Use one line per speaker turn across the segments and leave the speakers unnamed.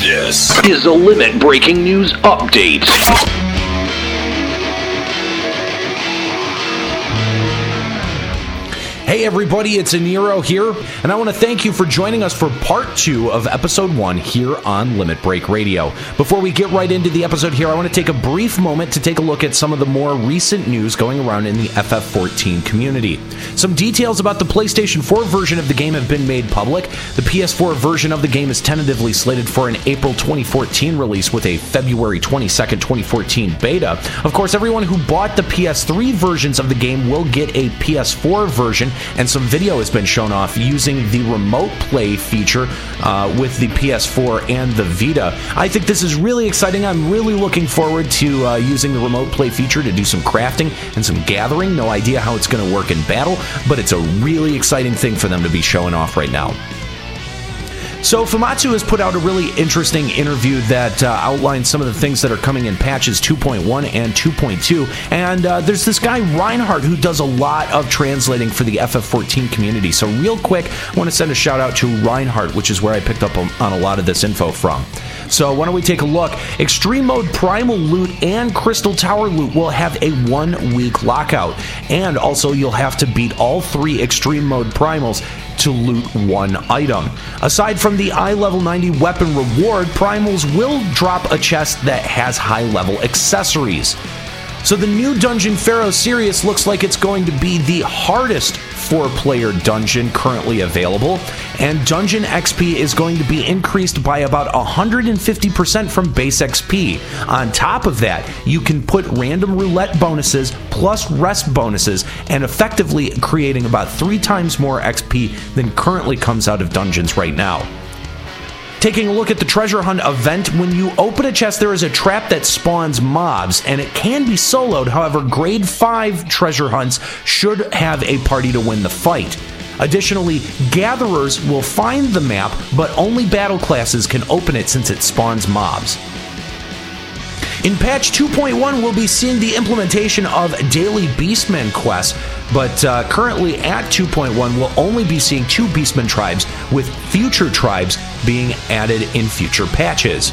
This is a limit breaking news update.
Hey everybody, it's Aniro here, and I want to thank you for joining us for part two of episode one here on Limit Break Radio. Before we get right into the episode here, I want to take a brief moment to take a look at some of the more recent news going around in the FF14 community. Some details about the PlayStation 4 version of the game have been made public. The PS4 version of the game is tentatively slated for an April 2014 release with a February 22nd, 2014 beta. Of course, everyone who bought the PS3 versions of the game will get a PS4 version, and some video has been shown off using the remote play feature uh, with the PS4 and the Vita. I think this is really exciting. I'm really looking forward to uh, using the remote play feature to do some crafting and some gathering. No idea how it's going to work in battle, but it's a really exciting thing for them to be showing off right now. So Famatsu has put out a really interesting interview that uh, outlines some of the things that are coming in patches 2.1 and 2.2. And uh, there's this guy Reinhardt who does a lot of translating for the FF14 community. So real quick, I want to send a shout out to Reinhardt, which is where I picked up on, on a lot of this info from. So why don't we take a look? Extreme Mode Primal Loot and Crystal Tower Loot will have a one-week lockout, and also you'll have to beat all three Extreme Mode Primals to loot one item. Aside from the eye level 90 weapon reward, primals will drop a chest that has high level accessories. So the new Dungeon Pharaoh series looks like it's going to be the hardest four player dungeon currently available, and dungeon XP is going to be increased by about 150% from base XP. On top of that, you can put random roulette bonuses plus rest bonuses and effectively creating about 3 times more XP than currently comes out of dungeons right now. Taking a look at the treasure hunt event, when you open a chest, there is a trap that spawns mobs, and it can be soloed. However, grade 5 treasure hunts should have a party to win the fight. Additionally, gatherers will find the map, but only battle classes can open it since it spawns mobs. In patch 2.1, we'll be seeing the implementation of daily Beastmen quests, but uh, currently at 2.1, we'll only be seeing two Beastmen tribes, with future tribes being added in future patches.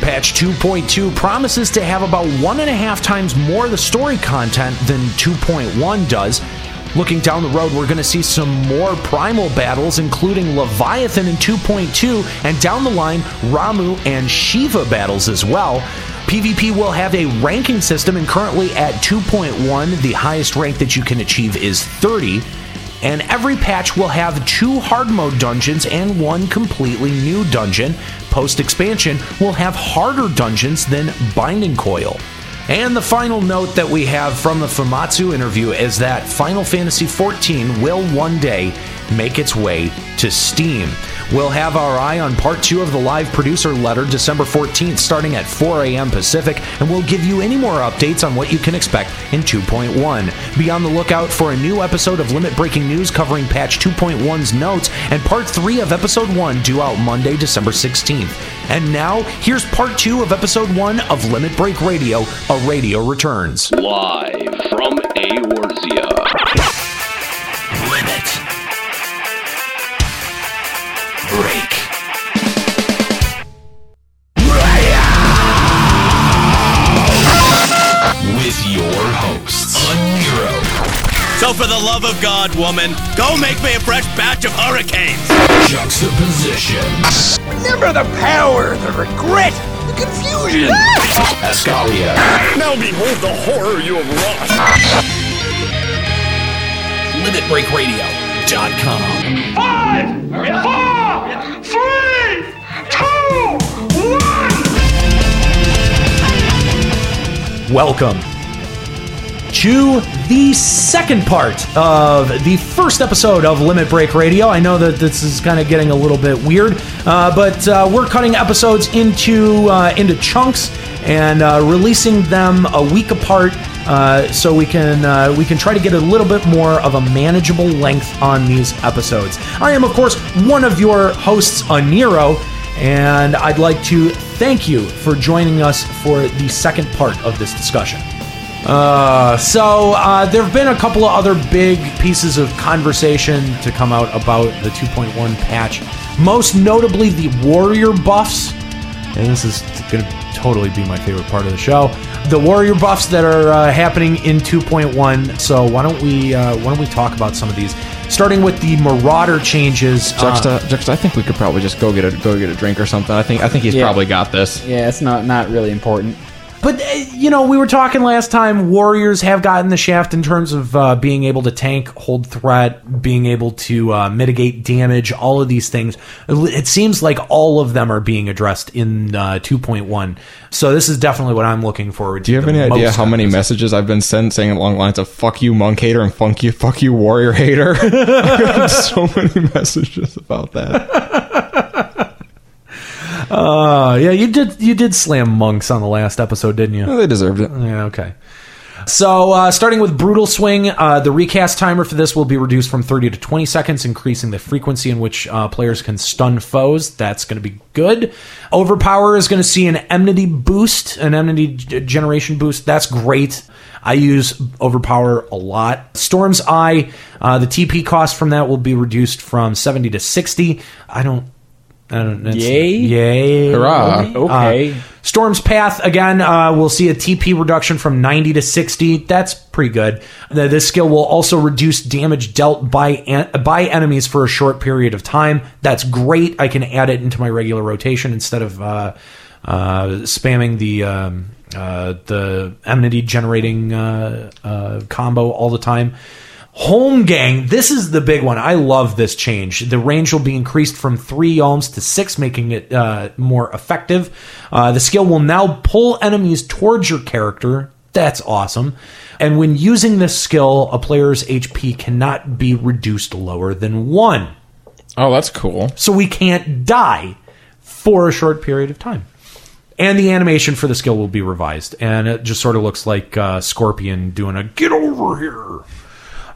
Patch 2.2 promises to have about one and a half times more of the story content than 2.1 does. Looking down the road, we're going to see some more primal battles, including Leviathan in 2.2, and down the line, Ramu and Shiva battles as well. PvP will have a ranking system, and currently at 2.1, the highest rank that you can achieve is 30. And every patch will have two hard mode dungeons and one completely new dungeon. Post expansion will have harder dungeons than Binding Coil. And the final note that we have from the Famatsu interview is that Final Fantasy XIV will one day make its way to Steam. We'll have our eye on part two of the live producer letter December 14th, starting at 4 a.m. Pacific, and we'll give you any more updates on what you can expect in 2.1. Be on the lookout for a new episode of Limit Breaking News covering patch 2.1's notes and part three of episode one due out Monday, December 16th. And now, here's part two of episode one of Limit Break Radio. A radio returns.
Live from Aorzia. Limit. Break. With your hosts, Aniro,
So for the love of God, woman, go make me a fresh batch of hurricanes.
Juxtaposition,
Remember the power, the regret, the confusion.
Ascalia,
Now behold the horror you have wrought.
LimitBreakRadio.com.
Five, four, three, two, one.
Welcome to the second part of the first episode of Limit Break Radio. I know that this is kind of getting a little bit weird, uh, but uh, we're cutting episodes into uh, into chunks and uh, releasing them a week apart, uh, so we can uh, we can try to get a little bit more of a manageable length on these episodes. I am, of course, one of your hosts, Aniro. And I'd like to thank you for joining us for the second part of this discussion. Uh, so uh, there have been a couple of other big pieces of conversation to come out about the 2.1 patch, most notably the warrior buffs.
and this is going to totally be my favorite part of the show.
the warrior buffs that are uh, happening in 2.1. So why don't we uh, why don't we talk about some of these? Starting with the Marauder changes. uh,
Juxta, Juxta, I think we could probably just go get a go get a drink or something. I think I think he's
Yeah.
probably got this.
Yeah, it's not not really important.
But uh, you know, we were talking last time. Warriors have gotten the shaft in terms of uh, being able to tank, hold threat, being able to uh, mitigate damage. All of these things. It seems like all of them are being addressed in uh, 2.1. So this is definitely what I'm looking forward to.
Do you have any idea how many messages I've been sent saying along the lines of "fuck you, monk hater" and "fuck you, fuck you, warrior hater"? I've gotten so many messages about that.
Uh, yeah, you did. You did slam monks on the last episode, didn't you?
they deserved it.
Yeah, okay. So, uh, starting with Brutal Swing, uh, the recast timer for this will be reduced from 30 to 20 seconds, increasing the frequency in which uh, players can stun foes. That's going to be good. Overpower is going to see an enmity boost, an enmity g- generation boost. That's great. I use Overpower a lot. Storm's Eye, uh, the TP cost from that will be reduced from 70 to 60. I don't. I don't, it's-
Yay.
Yay!
Hurrah.
Okay.
Uh, Storm's Path, again, uh, we'll see a TP reduction from 90 to 60. That's pretty good. Th- This skill will also reduce damage dealt by, en- by enemies for a short period of time. That's great. I can add it into my regular rotation instead of uh, uh, spamming the. Um, uh, the enmity generating uh, uh, combo all the time. Home gang, this is the big one. I love this change. The range will be increased from three yawms to six, making it uh, more effective. Uh, the skill will now pull enemies towards your character. That's awesome. And when using this skill, a player's HP cannot be reduced lower than one.
Oh, that's cool.
So we can't die for a short period of time. And the animation for the skill will be revised. And it just sort of looks like uh, Scorpion doing a get over here.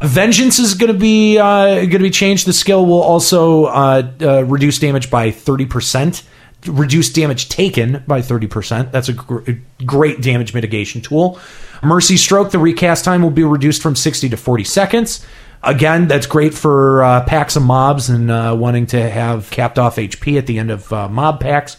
Vengeance is going to be uh, going to be changed. The skill will also uh, uh, reduce damage by thirty percent, reduce damage taken by thirty percent. That's a, gr- a great damage mitigation tool. Mercy Stroke, the recast time will be reduced from sixty to forty seconds. Again, that's great for uh, packs of mobs and uh, wanting to have capped off HP at the end of uh, mob packs.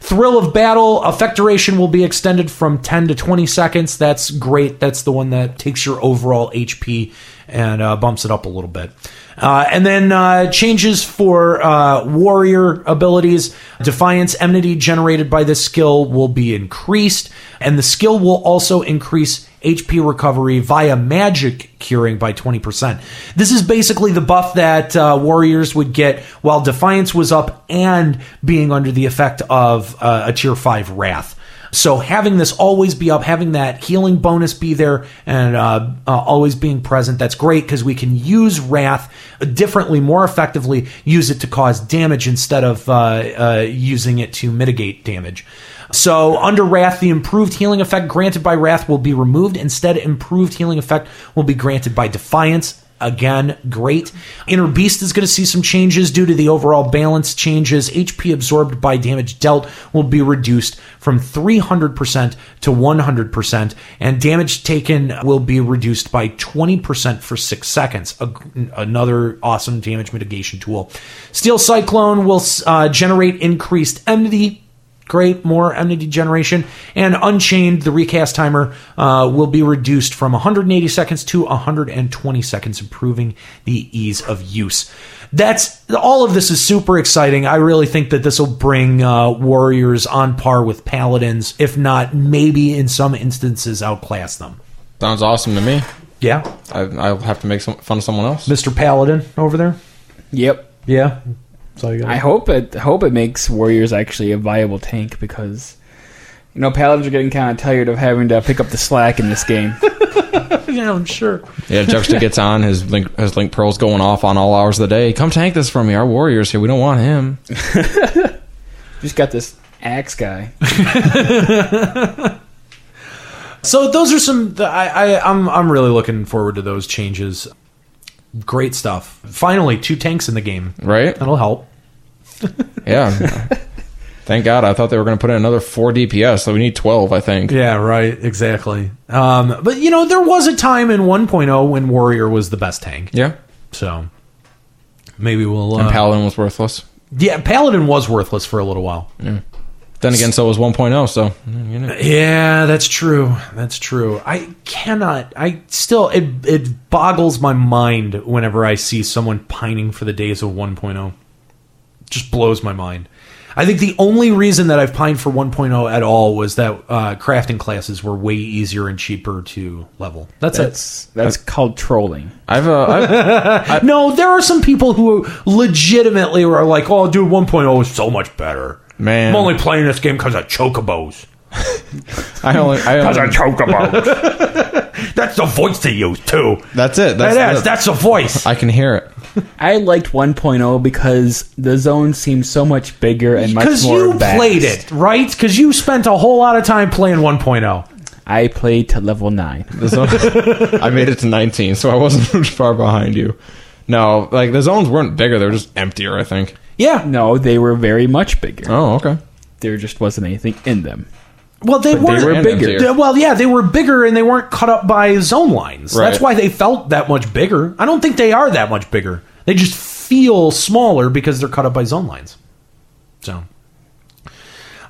Thrill of Battle, effect duration will be extended from 10 to 20 seconds. That's great. That's the one that takes your overall HP and uh, bumps it up a little bit. Uh, and then uh, changes for uh, warrior abilities. Defiance enmity generated by this skill will be increased, and the skill will also increase HP recovery via magic curing by 20%. This is basically the buff that uh, warriors would get while Defiance was up and being under the effect of uh, a tier 5 wrath. So having this always be up, having that healing bonus be there, and uh, uh, always being present, that's great because we can use wrath differently, more effectively. Use it to cause damage instead of uh, uh, using it to mitigate damage. So under wrath, the improved healing effect granted by wrath will be removed. Instead, improved healing effect will be granted by defiance. Again, great. Inner Beast is going to see some changes due to the overall balance changes. HP absorbed by damage dealt will be reduced from 300% to 100%, and damage taken will be reduced by 20% for six seconds. A- another awesome damage mitigation tool. Steel Cyclone will uh, generate increased enmity great more enmity generation and unchained the recast timer uh, will be reduced from 180 seconds to 120 seconds improving the ease of use that's all of this is super exciting i really think that this will bring uh, warriors on par with paladins if not maybe in some instances outclass them
Sounds awesome to me.
yeah
I, I'll have to make some fun of someone else.
mr paladin over there
Yep.
yeah that's all you got
I hope it hope it makes warriors actually a viable tank because you know paladins are getting kind of tired of having to pick up the slack in this game.
yeah i'm sure
Yeah, Juxta gets on his link. His link pearls going off on all hours of the day. Come tank this for me. Our warriors here. We don't want him.
Just got this axe guy.
So those are some. the- I, I I'm I'm really looking forward to those changes. Great stuff. Finally, two tanks in the game.
Right?
That'll help.
Yeah. Thank God. I thought they were going to put in another four DPS. So we need twelve. I think.
Yeah. Right. Exactly. Um. But you know, there was a time in 1.0 when Warrior was the best tank.
Yeah.
So maybe we'll.
And
Uh,
Paladin was worthless.
yeah, Paladin was worthless for a little while.
Then again, so was 1.0. So
Yeah, that's true. That's true. I cannot. I still. It it boggles my mind whenever I see someone pining for the days of 1.0. Just blows my mind. I think the only reason that I've pined for 1.0 at all was that uh, crafting classes were way easier and cheaper to level. That's,
That's that's called trolling.
I've, uh, I've
it. No, there are some people who legitimately are like, "Oh, dude, 1.0 is so much better."
man,
I'm only playing this game because of chocobos.
I only, I only
chocobos. That's the voice they use too.
that's it. That's,
That is.
it.
That's a voice.
I can hear it.
I liked 1.0 because the zone seemed so much bigger and much
Because
more
you
vast.
played it, right? Because you spent a whole lot of time playing oh. 1.0.
I played to level 9.
The zone, I made it to 19, so I wasn't far behind you. No, like the zones weren't bigger; they were just emptier. I think.
Yeah.
No, they were very much bigger.
Oh, okay.
There just wasn't anything in them.
Well, they weren't.
were bigger.
They- well, yeah, they were bigger and they weren't cut up by zone lines. That's
Right.
why they felt that much bigger. I don't think they are that much bigger. They just feel smaller because they're cut up by zone lines. So.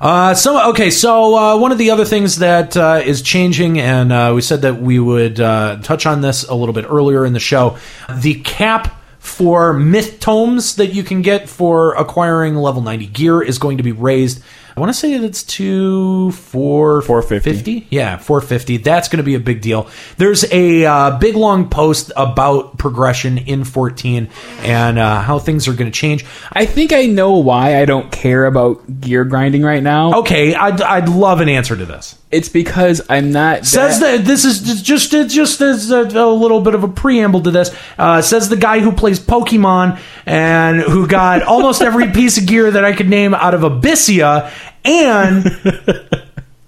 Uh, some okay. So uh, one of the other things that uh, is changing, and uh, we said that we would uh, touch on this a little bit earlier in the show. The cap for myth tomes that you can get for acquiring level ninety gear is going to be raised. I want to say that it's to four four
450.
Yeah, four fifty. That's going to be a big deal. There's a uh, big long post about progression in fourteen and uh, how things are going to change.
I think I know why I don't care about gear grinding right now.
Okay, I'd, I'd love an answer to this.
It's because I'm not
Says that this is just it's just as a, a little bit of a preamble to this. Uh, says the guy who plays Pokemon and who got almost every piece of gear that I could name out of Abyssia, and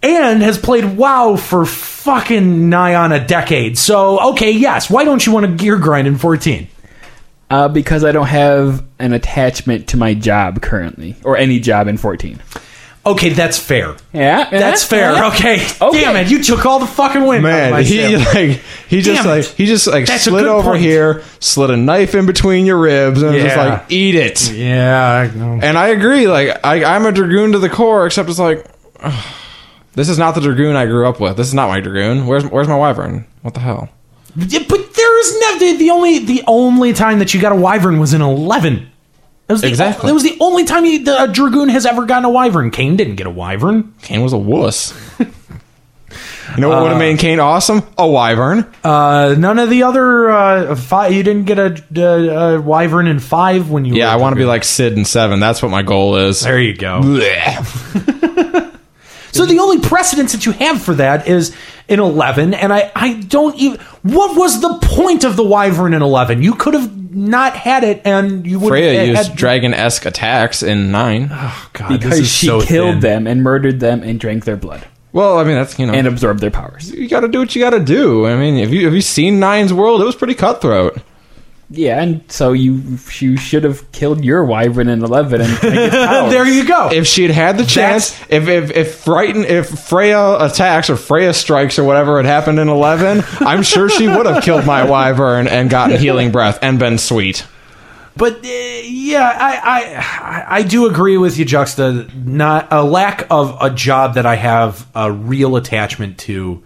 and has played WoW for fucking nigh on a decade. So okay, yes, why don't you want to gear grind in fourteen?
uh, because I don't have an attachment to my job currently or any job in 14.
Okay, that's fair.
Yeah,
That's fair. Okay.
Okay.
damn it, you took all the fucking wind. out of my
Man, he
sail.
like he just
Damn
like
it.
he just like
That's a
slid
good
over
point.
here, slid a knife in between your ribs, and was just
Yeah.
like eat it.
yeah. I know.
And I agree. Like I, I'm a dragoon to the core, except it's like ugh, this is not the dragoon I grew up with. This is not my dragoon. Where's where's my wyvern? What the hell?
Yeah, but there is never the only the only time that you got a wyvern was in eleven. That was the,
Exactly.
That was the only time you, the, a dragoon has ever gotten a wyvern. Kane didn't get a wyvern.
Kane was a wuss. you know what would have made Kane awesome? A wyvern.
Uh, none of the other uh, five. You didn't get a, a, a wyvern in five when you.
Yeah,
were
I
a
want to be
dragoon.
like Sid in seven. That's what my goal is.
There you go.
Blech.
So the only precedence that you have for that is in eleven, and I I don't even. What was the point of the wyvern in eleven? You could have not had it, and you would.
Freya
had-
used
had-
dragon esque attacks in nine.
God, this
because
is
she
so thin.
killed them and murdered them and drank their blood
Well, I mean that's you know
and absorbed their powers.
you got to do what you got to do. I mean, have you have you seen Nine's World? It was pretty cutthroat.
Yeah, and so you you should have killed your wyvern in 11 and drank its powers.
There you go.
If she had had the chance, if if if frighten, if Freya attacks or Freya strikes or whatever had happened in eleven, I'm sure she would have killed my wyvern and gotten healing breath and been sweet.
But uh, yeah, I, I I do agree with you, Juxta. Not a lack of a job that I have a real attachment to.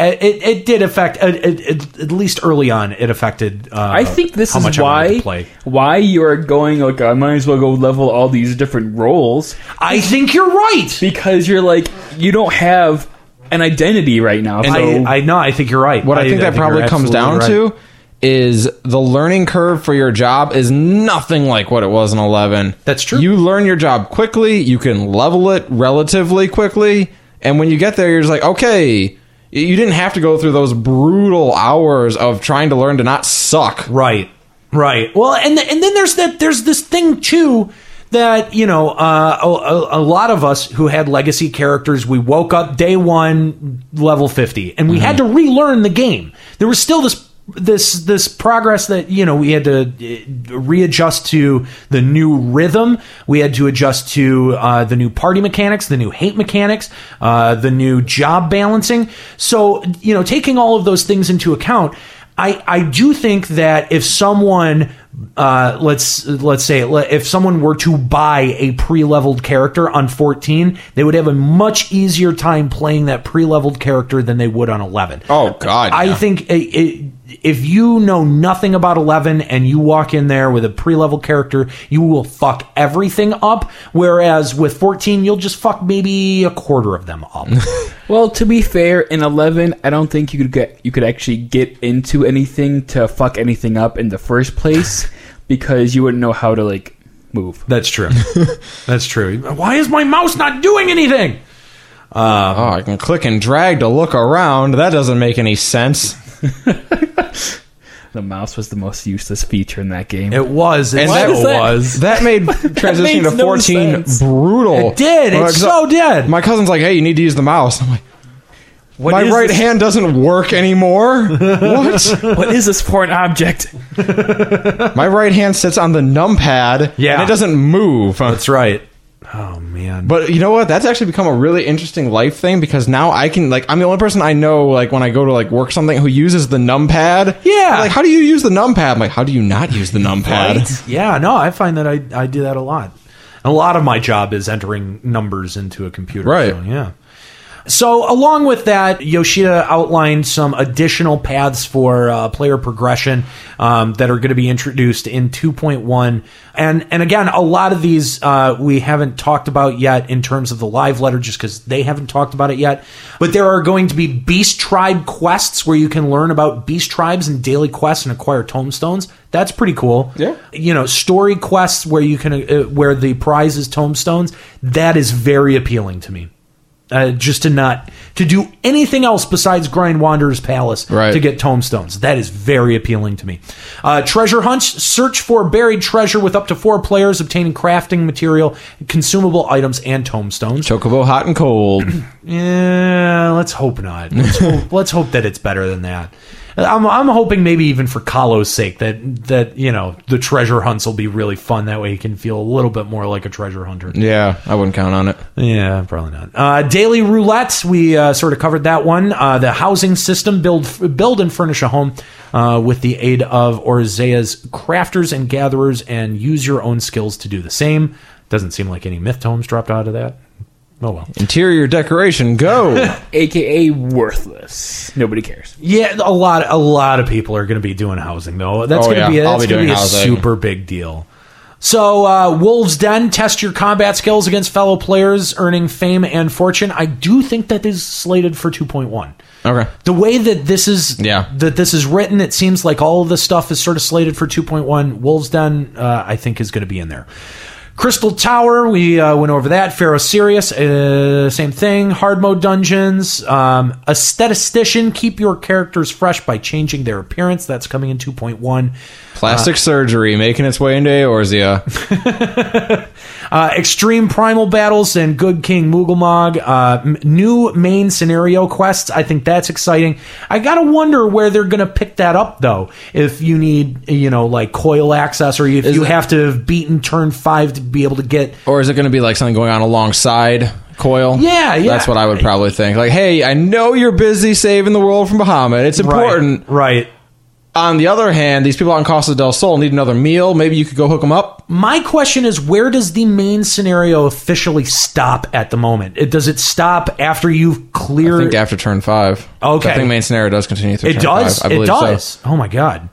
It, it, it did affect at, at, at- at least early on. It affected. Uh,
I think this
how
is
much I wanted to
why
play.
why you are going like I might as well go level all these different roles
I think you're right.
because you're like you don't have an identity right now. so
I, I know. I think you're right.
What I, think that probably
you're
comes down
absolutely right.
to is the learning curve for your job is nothing like what it was in 11.
That's true.
You learn your job quickly, you can level it relatively quickly, and when you get there you're just like, "Okay, you didn't have to go through those brutal hours of trying to learn to not suck."
Right. Right. Well, and and then there's that there's this thing too that you know uh, a, a- a lot of us who had legacy characters we woke up day one level 50 and we had to relearn the game there was still this this this progress that you know we had to uh, readjust to the new rhythm we had to adjust to uh, the new party mechanics the new hate mechanics uh, the new job balancing so you know taking all of those things into account I I do think that if someone uh, let's let's say le- if someone were to buy a pre-leveled character on 14, they would have a much easier time playing that pre-leveled character than they would on 11.
Oh, God,
I
yeah.
think i i if you know nothing about 11 and you walk in there with a pre-level character, you will fuck everything up. Whereas with 14, you'll just fuck maybe a quarter of them up.
Well, to be fair, in eleven, I don't think you could get you could actually get into anything to fuck anything up in the first place because you wouldn't know how to like move.
That's true. That's true. Why is my mouse not doing anything?
Oh, I can click and drag to look around. That doesn't make any sense.
The mouse was the most useless feature in that game.
It was. It
And
so
that
does that-
was.
That made transitioning
makes
to
no
14
sense.
brutal.
It did. It
Uh, 'cause
so
I-
did.
My cousin's like, hey, you need to use the mouse. I'm like,
What
my
is
right
this-
hand doesn't work anymore. what?
What is this for an object?
My right hand sits on the numpad.
Yeah.
And it doesn't move.
That's right. Oh man.
But you know what? That's actually become a really interesting life thing because now I can like I'm the only person I know like when I go to like work something who uses the numpad.
Yeah.
They're Like how do you use the numpad? I'm like how do you not use the numpad?
yeah. No, I find that I I do that a lot. A lot of my job is entering numbers into a computer.
Right.
So, yeah. So, along with that, Yoshida outlined some additional paths for uh, player progression um, that are going to be introduced in 2.1. And and again, a lot of these uh, we haven't talked about yet in terms of the live letter, just because they haven't talked about it yet. But there are going to be beast tribe quests where you can learn about beast tribes and daily quests and acquire tombstones. That's pretty cool.
Yeah.
You know, story quests where you can uh, where the prize is tombstones. That is very appealing to me uh, just to not to do anything else besides grind Wanderer's Palace
Right.
to get tombstones. That is very appealing to me. Uh, treasure hunts: search for buried treasure with up to four players, obtaining crafting material, consumable items, and tombstones.
Chocobo hot and cold.
Yeah, let's hope not. Let's hope, let's hope that it's better than that. I'm, I'm hoping maybe even for Kalo's sake that that you know the treasure hunts will be really fun. That way he can feel a little bit more like a treasure hunter.
yeah, I wouldn't count on it.
Yeah, probably not. Uh, daily roulette. We uh, sort of covered that one. Uh, the housing system build build and furnish a home uh, with the aid of Orzea's crafters and gatherers, and use your own skills to do the same. Doesn't seem like any myth tomes dropped out of that. Oh well.
Interior decoration go.
AKA worthless. Nobody cares.
Yeah, a lot a lot of people are going to be doing housing though. That's
Oh,
going to
yeah.
be
I'll
that's
be
going to
doing
be a
housing.
super big deal. So, uh, Wolves Den, test your combat skills against fellow players, earning fame and fortune. I do think that is slated for 2.1.
okay.
The way that this is
Yeah.
that this is written, it seems like all of the stuff is sort of slated for 2.1. Wolves Den, uh, I think, is going to be in there. Crystal Tower, we uh, went over that. Pharaoh Sirius, uh, same thing. Hard mode dungeons. Um, aesthetician, keep your characters fresh by changing their appearance. That's coming in 2.1.
Plastic surgery making its way into Eorzea.
Uh, extreme primal battles and Good King Moogelmog. Uh, m- new main scenario quests. I think that's exciting. I gotta wonder where they're gonna pick that up though. If you need, you know, like coil access, or if you
it-
have to have beaten turn five to be able to get.
Or is it going to be like something going on alongside Coil?
Yeah, yeah.
That's what I would probably think. Like, hey, I know you're busy saving the world from Bahamut. It's important.
right? right.
On the other hand, these people out in Costa del Sol need another meal. Maybe you could go hook them up.
My question is, where does the main scenario officially stop at the moment? It, does it stop after you've
I
cleared?
think after turn five.
Okay.
I think main scenario does continue through
it
turn
does.
five. I
it
believe
does.
So.
Oh my god!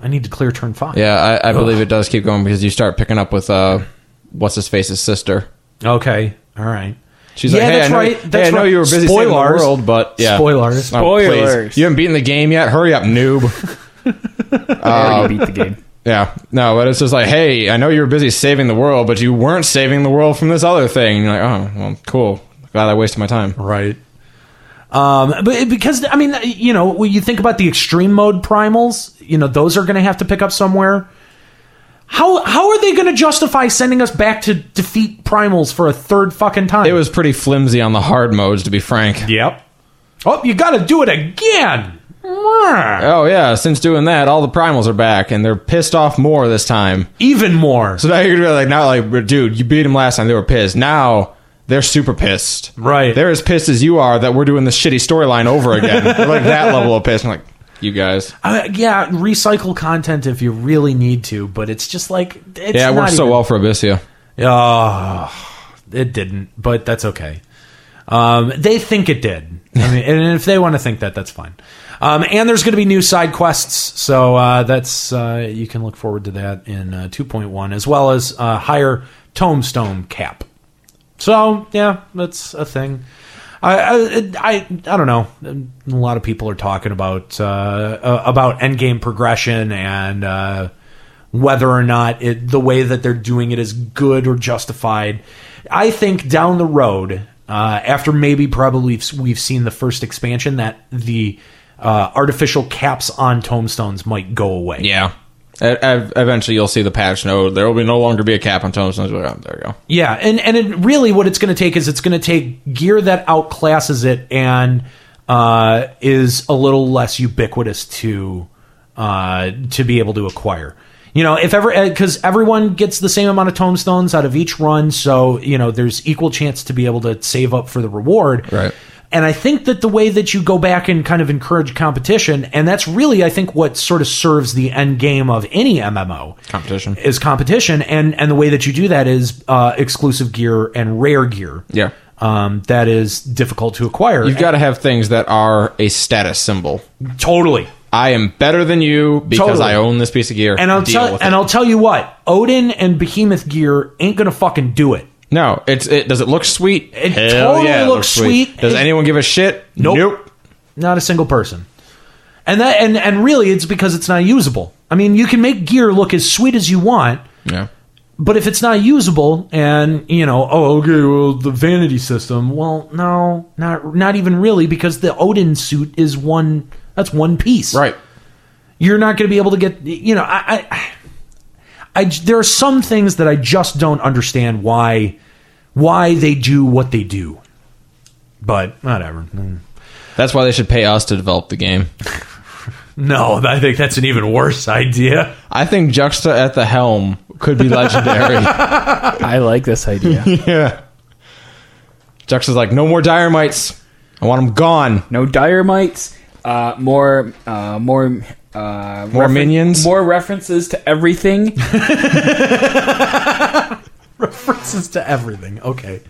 I need to clear turn five.
Yeah, I, I believe it does keep going because you start picking up with uh, what's his face's sister.
Okay. All right.
She's
Yeah,
like, hey,
that's
I know,
right.
hey,
That's
I know
right.
you were busy saving the
Spoilers.
world, but yeah.
Spoilers.
Oh, please.
Spoilers.
you haven't beaten the game yet. Hurry up, noob.
I already beat the game.
yeah, no, but it's just like, hey, I know you were busy saving the world, but you weren't saving the world from this other thing. And you're like, oh, well, cool. Glad I wasted my time.
Right. Um, but it- because I mean, you know, when you think about the extreme mode primals, you know, those are going to have to pick up somewhere. How how are they going to justify sending us back to defeat primals for a third fucking time?
It was pretty flimsy on the hard modes, to be frank.
yep. Oh, you got to do it again.
Oh yeah, since doing that, all the primals are back, and they're pissed off more this time.
Even more.
So now you're gonna be like, now like, dude, you beat them last time; they were pissed. Now they're super pissed.
Right.
They're as pissed as you are that we're doing this shitty storyline over again. They're like that level of pissed. I'm like, you guys.
Uh, yeah, recycle content if you really need to, but it's just like it's
yeah, it
not
worked so
even-
well for Abyssia.
Oh, it didn't, but that's okay. Um, they think it did. I mean, and if they want to think that, that's fine. Um, and there's going to be new side quests, so uh, that's uh, you can look forward to that in uh, 2.1, as well as uh, higher tombstone cap. So yeah, that's a thing. I I I, I don't know. A lot of people are talking about uh, uh, about endgame progression and uh, whether or not it, the way that they're doing it is good or justified. I think down the road, uh, after maybe probably we've, we've seen the first expansion, that the uh, artificial caps on tombstones might go away.
Yeah. E- ev- Eventually, you'll see the patch note. There will be no longer be a cap on tombstones. Like, oh, there you go.
Yeah, and and it, really, what it's going to take is it's going to take gear that outclasses it and uh, is a little less ubiquitous to uh, to be able to acquire. You know, if ever because everyone gets the same amount of tombstones out of each run, so you know there's equal chance to be able to save up for the reward.
Right.
And I think that the way that you go back and kind of encourage competition, and that's really, I think, what sort of serves the end game of any MMO
Competition.
is competition, and and the way that you do that is uh, exclusive gear and rare gear.
Yeah.
um, that is difficult to acquire.
You've got to have things that are a status symbol.
totally.
I am better than you because
Totally.
I own this piece of gear.
And I'll
Deal
tell
with
and
it.
I'll tell you what, Odin and Behemoth gear ain't gonna fucking do it.
No, it's it. Does it look sweet?
It totally looks sweet.
Does
It-
anyone give a shit?
Nope. Not a single person. And that and and really, it's because it's not usable. I mean, you can make gear look as sweet as you want,
Yeah.
but if it's not usable and you know oh okay well the vanity system well no not not even really because the odin suit is one that's one piece
Right.
you're not going to be able to get you know I, I i j- there are some things that i just don't understand why why they do what they do but whatever
That's why they should pay us to develop the game.
no i think that's an even worse idea
I think Juxta at the helm could be legendary.
I like this idea.
yeah. Juxta's like, no more dynamites. I want them gone.
No dire mites. Uh, more, uh, more, uh,
More minions?
More references to everything.
references to everything okay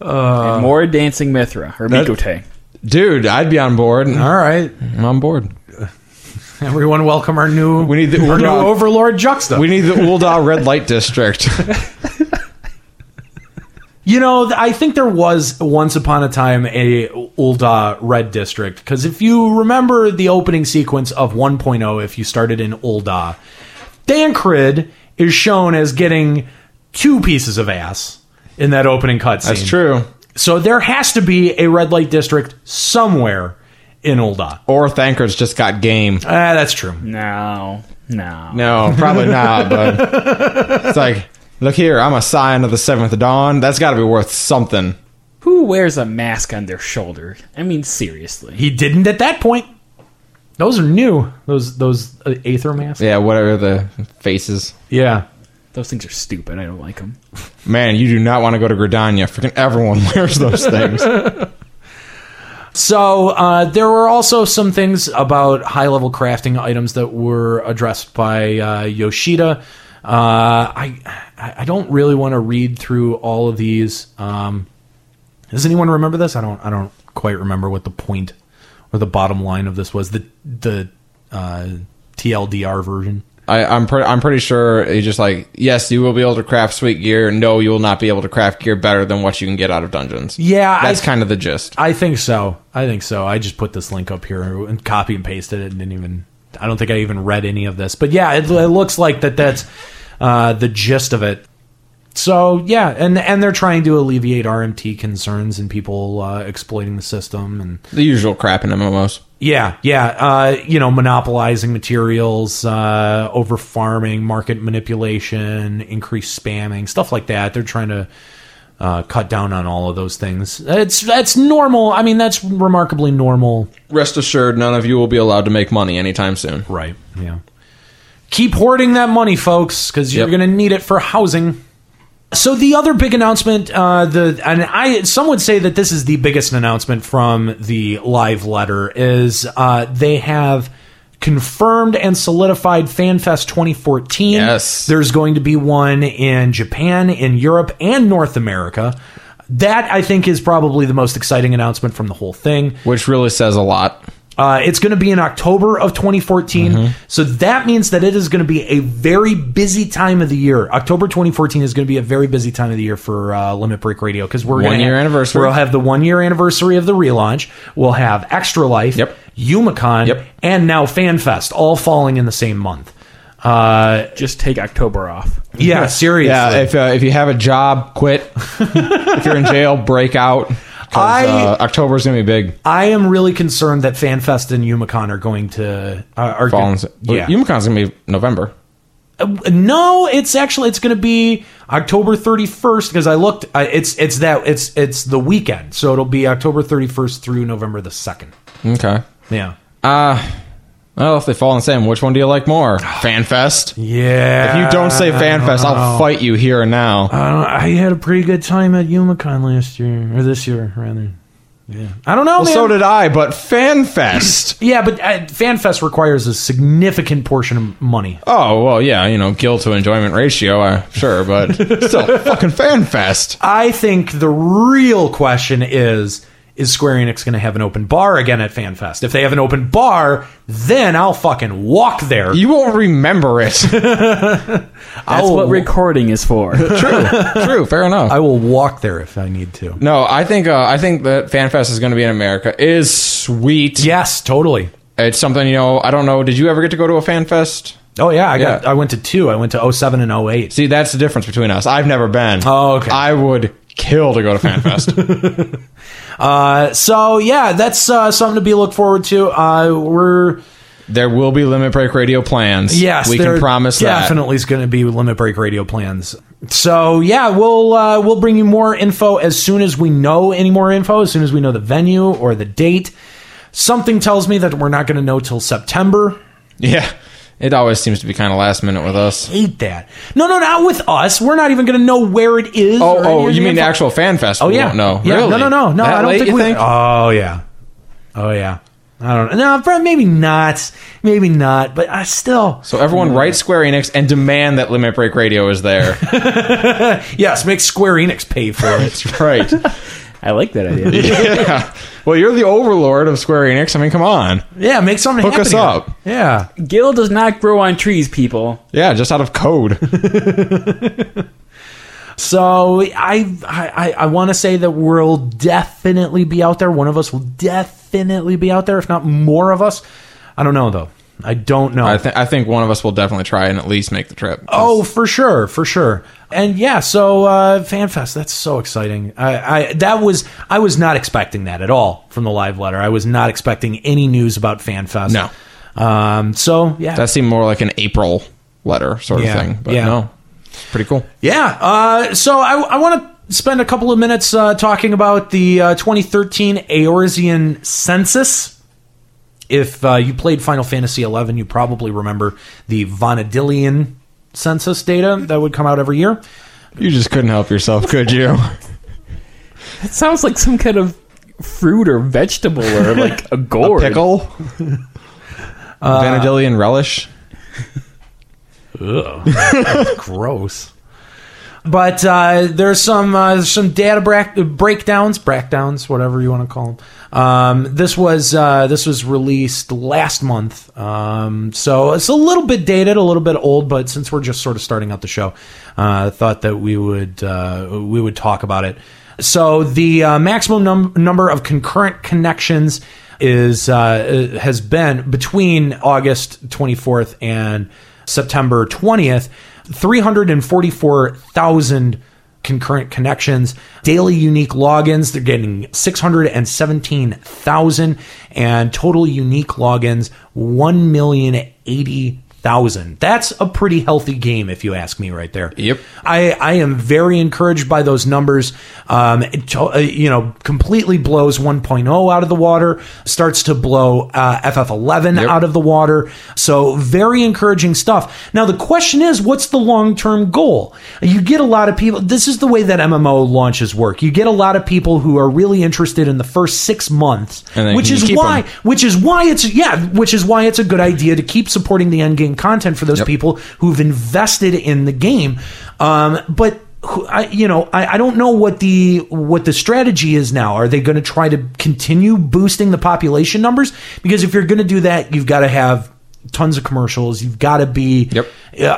and more dancing Mithra or
That-
Mikote.
Dude, I'd be on board.
all right
I'm on board.
everyone welcome our new
We need the
our new
Ulrog.
overlord juxta
We need the Ulda Red Light District.
You know, th- I think there was once upon a time a Ulda Red District because if you remember the opening sequence of 1.0, if you started in Ulda, Dancrid is shown as getting two pieces of ass in that opening cutscene.
That's true.
So there has to be a red light district somewhere in Ulda. Ah,
Or Thankard's just got game.
that's true.
No, no.
No, probably not, but it's like, look here, I'm a scion of the seventh dawn. That's gotta be worth something.
Who wears a mask on their shoulder? I mean, seriously.
He didn't at that point. Those are new. Those those uh, Aether masks.
Yeah, whatever the faces.
Yeah.
Those things are stupid. I don't like them.
Man, you do not want to go to Gridania. Freaking everyone wears those things.
So uh, there were also some things about high-level crafting items that were addressed by uh, Yoshida. Uh, I I I don't really want to read through all of these. Um, does anyone remember this? I don't I don't quite remember what the point or the bottom line of this was. The the uh, TLDR version.
I, I'm pretty. I'm pretty sure he just like yes, you will be able to craft sweet gear. No, you will not be able to craft gear better than what you can get out of dungeons.
Yeah,
that's
I-
kind of the gist.
I think so. I think so. I just put this link up here and copy and pasted it, and didn't even. I don't think I even read any of this, but yeah, it, it looks like that. That's uh, the gist of it. So yeah, and and they're trying to alleviate RMT concerns and people uh, exploiting the system, and
The usual crap in MMOs.
yeah, yeah, uh, you know, monopolizing materials, uh, over farming, market manipulation, increased spamming, stuff like that. They're trying to uh, cut down on all of those things. It's that's normal. I mean, that's remarkably normal
Rest assured, none of you will be allowed to make money anytime soon.
Right. Yeah. Keep hoarding that money, folks, because you're
Yep.
going to need it for housing. So the other big announcement, uh, the and I some would say that this is the biggest announcement from the live letter is uh, they have confirmed and solidified FanFest 2014.
Yes.
there's going to be one in Japan, in Europe, and North America. That I think is probably the most exciting announcement from the whole thing.
which really says a lot.
Uh, it's going to be in October of 2014.
Mm-hmm.
So that means that it is going to be a very busy time of the year. October 2014 is going to be a very busy time of the year for uh, Limit Break Radio because we're going to
One-year anniversary.
We'll have the one year anniversary of the relaunch. We'll have Extra Life,
Yep.
Umicon,
Yep.
and now FanFest, all falling in the same month. Uh,
Just take October off.
yeah, seriously.
Yeah, if uh, if you have a job, quit. if you're in jail, break out. 'Cause, uh, October's gonna be big.
I am really concerned that FanFest and Umicon are going to uh, are
Fall
gonna-
yeah.
yeah.
Umicon's gonna be November.
No, it's actually it's going to be October 31st because I looked. I, it's it's that it's it's the weekend, so it'll be October 31st through November the second.
Okay. Uh,
Yeah,
Well, if they fall in the same, which one do you like more? FanFest. If
yeah.
you don't say FanFest, I'll fight you here and now.
Uh, I had a pretty good time at Umicon last year or this year rather. Yeah, I don't know.
well,
man.
so did I, but FanFest.
yeah, but uh, FanFest requires a significant portion of money.
oh well, yeah, you know, guilt to enjoyment ratio, uh, sure, but still, fucking FanFest.
I think the real question is. Is Square Enix going to have an open bar again at FanFest? If they have an open bar, then I'll fucking walk there.
You won't remember it.
That's
Oh.
I'll-
what recording is for.
True, fair enough.
I will walk there if I need to.
No, I think uh, I think that FanFest is going to be in America. It is sweet.
Yes, totally.
it's something you know. I don't know. Did you ever get to go to a FanFest?
Oh yeah, I got.
Yeah.
I went to two. I went to 07 and 08.
See, that's the difference between us. I've never been.
Oh, okay.
I would kill to go to FanFest.
Uh, so yeah, that's uh, something to be looked forward to. Uh, we're
there will be limit break radio plans.
yes,
we can
there
promise that.
Definitely is going to be limit break radio plans. So yeah, we'll uh, we'll bring you more info as soon as we know any more info. As soon as we know the venue or the date. Something tells me that we're not going to know till September.
Yeah, it always seems to be kind of last minute with us.
Hate that. No, no, not with us. We're not even going to know where it is.
Oh,
or any
oh,
of the
you mean the
info.
actual FanFest?
Oh
we
yeah,
won't know.
Yeah.
Really?
No, no, no, no.
That
I don't
late,
think
you
we. Oh yeah, oh yeah. I don't know. No, but maybe not. Maybe not. But I still.
so everyone write Square Enix and demand that Limit Break Radio is there.
Yes, make Square Enix pay for it.
That's right.
I like that idea.
yeah. Well, you're the overlord of Square Enix. I mean, come on.
yeah, make something.
Hook
happen
us
here.
up.
Yeah.
Gil does not grow on trees, people.
Yeah, just out of code.
So I I I want to say that we'll definitely be out there. One of us will definitely be out there, if not more of us. I don't know though. I don't know.
I, th- I think one of us will definitely try and at least make the trip.
Oh, for sure, for sure. And yeah, so uh, FanFest, that's so exciting. I, I that was I was not expecting that at all from the live letter. I was not expecting any news about FanFest.
No.
Um, so yeah,
that seemed more like an April letter sort
Yeah,
of thing. But
yeah.
no, pretty cool.
yeah. Uh, so I, I want to spend a couple of minutes uh, talking about the uh, 2013 Aorzean census. If uh, you played Final Fantasy XI, you probably remember the Vonadilian census data that would come out every year.
You just couldn't help yourself, could you?
It sounds like some kind of fruit or vegetable or like a gourd.
Pickle,
Uh,
Vanadillion relish.
gross. But uh, there's some uh, some data brack- breakdowns, breakdowns, whatever you want to call them. Um, this was uh, this was released last month, um, so it's a little bit dated, a little bit old. But since we're just sort of starting out the show, uh, I thought that we would uh, we would talk about it. So the uh, maximum num- number of concurrent connections is uh, has been between August 24th and September 20th, 344,000 concurrent connections, daily unique logins. They're getting 617,000, and total unique logins 1,080,000. thousand. That's a pretty healthy game, if you ask me, right there.
Yep.
I I am very encouraged by those numbers. Um, it to- uh, you know, completely blows 1.0 out of the water. Starts to blow uh, FF11
Yep.
out of the water. So very encouraging stuff. Now the question is, what's the long term goal? You get a lot of people. This is the way that MMO launches work. You get a lot of people who are really interested in the first six months,
And then
which
you
is
keep
why,
'em.
which is why it's yeah, which is why it's a good idea to keep supporting the end game content for those people who've invested in the game. Um, but who- I, you know, I, I don't know what the what the strategy is now. Are they going to try to continue boosting the population numbers? Because if you're going to do that, you've got to have tons of commercials. You've got to be
Yep.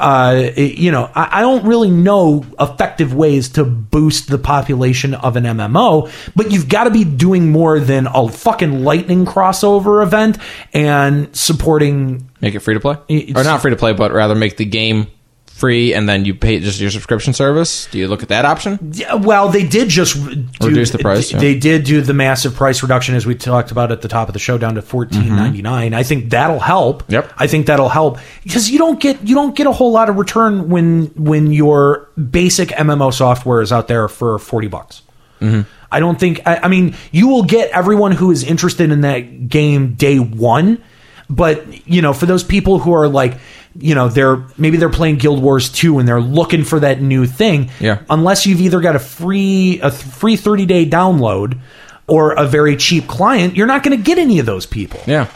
uh, you know, I, I don't really know effective ways to boost the population of an MMO, but you've got to be doing more than a fucking lightning crossover event and supporting.
Make it free to play,
It's-
or not free to play, but rather make the game free, and then you pay just your subscription service. Do you look at that option?
Yeah, Well, they did just do,
Reduce the price, yeah.
They did do the massive price reduction as we talked about at the top of the show down to fourteen ninety nine. I think that'll help.
Mm-hmm. Yep.
I think that'll help because you don't get you don't get a whole lot of return when when your basic MMO software is out there for forty bucks.
Mm-hmm.
I don't think. I, I mean, you will get everyone who is interested in that game day one, but you know, for those people who are like, you know, they're maybe they're playing Guild Wars two and they're looking for that new thing.
Yeah.
Unless you've either got a free a th- free thirty day download or a very cheap client, you're not going to get any of those people.
Yeah.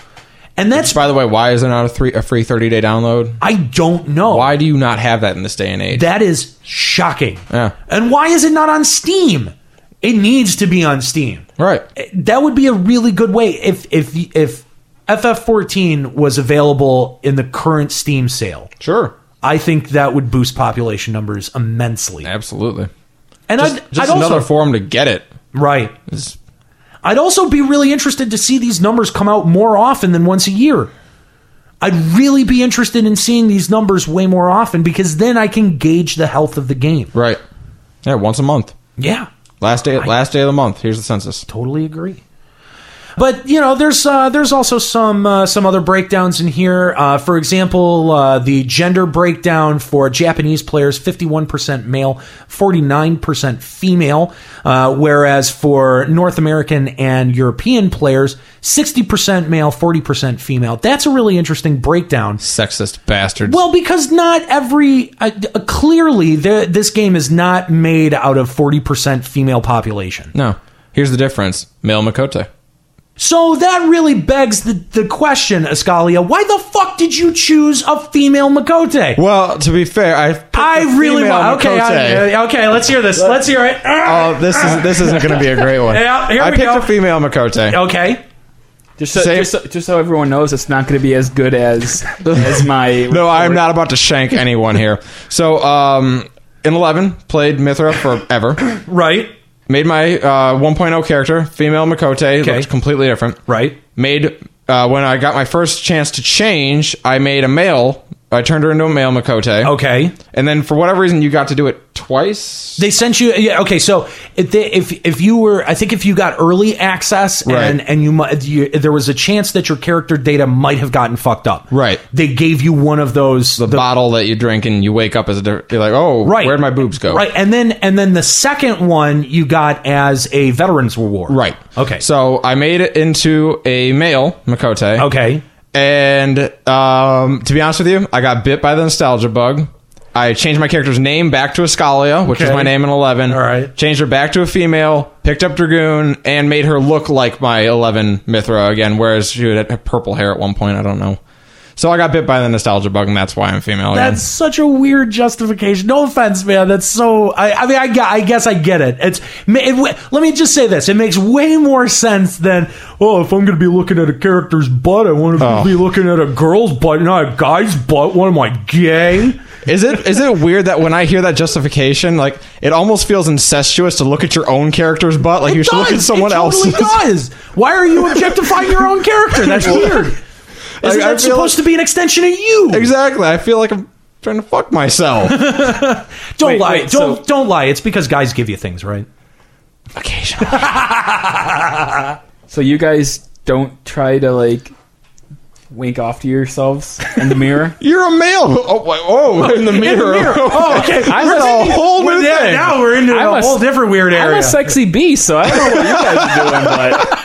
And that's
By the way, why is there not a three a free thirty day download?
I don't know.
Why do you not have that in this day and age?
That is shocking.
Yeah.
And why is it not on Steam? It needs to be on Steam. Eh,
Right.
That would be a really good way if if if FF14 was available in the current Steam sale.
Sure.
I think that would boost population numbers immensely.
Absolutely.
And
Just,
I'd,
just
I'd
another
also
form to get it.
right.
It's-
I'd also be really interested to see these numbers come out more often than once a year. I'd really be interested in seeing these numbers way more often because then I can gauge the health of the game.
Right. Yeah, once a month.
Yeah.
Last day last day of the month. Here's the census.
totally agree. But you know, there's uh, there's also some uh, some other breakdowns in here. Uh, for example, uh, the gender breakdown for Japanese players: 51% male, 49% female. Uh, whereas for North American and European players, 60% male, 40% female. That's a really interesting breakdown.
Sexist bastards.
Well, because not every uh, d- uh, clearly the, this game is not made out of 40% female population.
no. Here's the difference. Male Makote.
So that really begs the, the question, Ascalia. Why the fuck did you choose a female Makote?
Well, to be fair, I
I really want. Okay, I- uh, okay. Let's hear this. Let's hear it. Ah!
Oh, this is this isn't going to be a great one.
Yeah, here I we picked go. a
female Makote.
okay.
Just so,
Same-
just, so, just so everyone knows, it's not going to be as good as as my.
No, I'm not about to shank anyone here. So, um, in 11, played Mithra forever.
Right.
Made my uh, 1.0 character, female Makote,
Okay.
looks completely different.
Right.
Made, uh, when I got my first chance to change, I made a male. I turned her into a male Makote.
Okay.
And then for whatever reason, you got to do it twice.
They sent you. Yeah. Okay. So if they, if if you were, I think if you got early access and
Right.
and you, mu- you there was a chance that your character data might have gotten fucked up.
Right.
They gave you one of those
The, bottle that you drink and you wake up as a, di- you're like, oh,
Right.
where'd my boobs go?
Right. And then and then the second one you got as a veterans reward.
Right.
Okay.
So I made it into a male Makote.
Okay.
And um, to be honest with you, I got bit by the nostalgia bug. I changed my character's name back to Ascalia, which is
Okay.
my name in 11.
All right.
Changed her back to a female, picked up Dragoon, and made her look like my 11 Mithra again, whereas she had had purple hair at one point. I don't know. So I got bit by the nostalgia bug, and that's why I'm female again.
That's such a weird justification. No offense, man. That's so. I, I mean, I, gu- I guess I get it. It's. ma- It, wa- let me just say this. It makes way more sense than oh, if I'm going to be looking at a character's butt, I want to
Oh.
be looking at a girl's butt, not a guy's butt. What am I gay?
Is it is it weird that when I hear that justification, like it almost feels incestuous to look at your own character's butt, like you should look at someone
it
else's?
totally does. Why are you objectifying your own character? That's weird. Isn't
I
that
feel
supposed to be an extension of you?
Exactly. I feel like I'm trying to fuck myself.
Don't
Wait,
lie.
wait,
don't
so-
don't lie. It's because guys give you things, right?
So you guys don't try to like wink off to yourselves in the mirror.
You're a male. Oh, wait, oh in the mirror.
Oh, okay.
I'm
We're
a
thinking-
whole
we're
new
there-
thing.
Now we're into
I'm
a,
a
whole
s-
different weird
I'm
area.
a sexy beast, so I don't know what you guys are doing, but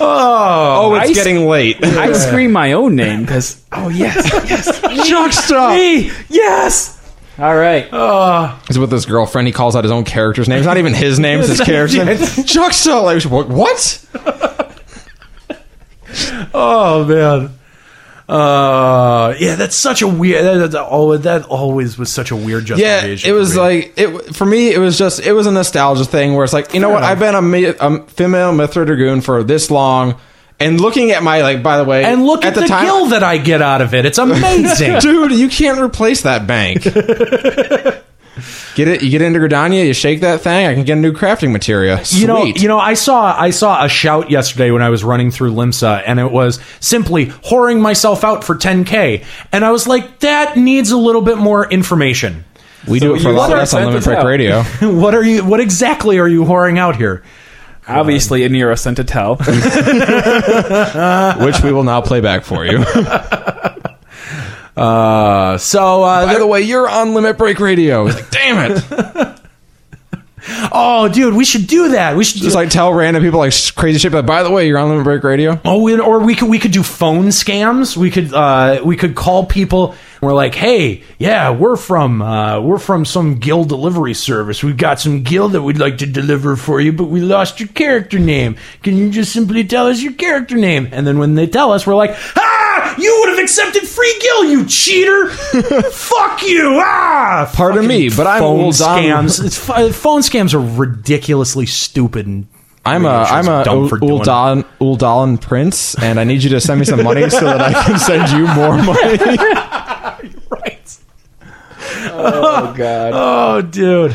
oh, it's
I-
getting late.
I scream my own name because oh yes, yes, me, yes. All right,
He's with his girlfriend. He calls out his own character's name. It's not even his name. It's his character's name. Juxta. Like, what? what?
Oh man. Uh, yeah, that's such a weird. That, that, always, that always was such a weird
Yeah,
justification.
it was
for me.
like it for me. It was just it was a nostalgia thing where it's like you know what? I've been a, ma- a female Mithra Dragoon for this long, and looking at my like by the way,
and look at, the, gill that I get out of it. It's amazing.
dude, you can't replace that bank. get it? You get into Gridania, you shake that thing. I can get a new crafting material. Sweet.
You know, you know, I saw I saw a shout yesterday when I was running through Limsa, and it was simply whoring myself out for 10k, and I was like, that needs a little bit more information.
we do it for a
you
lot
are
less on
sent
Limit
this
Break
out.
Radio.
what are you? What exactly are you whoring out here?
obviously a Nero sent to tell.
which we will now play back for you.
Uh, so uh,
By the way, you're on Limit Break Radio. It's like, damn it.
oh, dude, we should do that. We should do
Just like tell random people like sh- crazy shit. But by the way, you're on Limit Break Radio.
Oh, and- or we could we could do phone scams. We could uh, we could call people. And we're like, hey, yeah, we're from uh, we're from some guild delivery service. We've got some guild that we'd like to deliver for you, but we lost your character name. Can you just simply tell us your character name? And then when they tell us, we're like, ah, you would have accepted free guild, you cheater! Fuck you! Ah,
Pardon
Fucking
me, but I'm
phone
Will Dom-
scams. It's, fu- phone scams are ridiculously stupid. And
I'm a
radio shows
I'm a
dumb for doing them.
Uldan Uldan Prince, and I need you to send me some money so that I can send you more money.
Right.
oh God,
Oh, dude.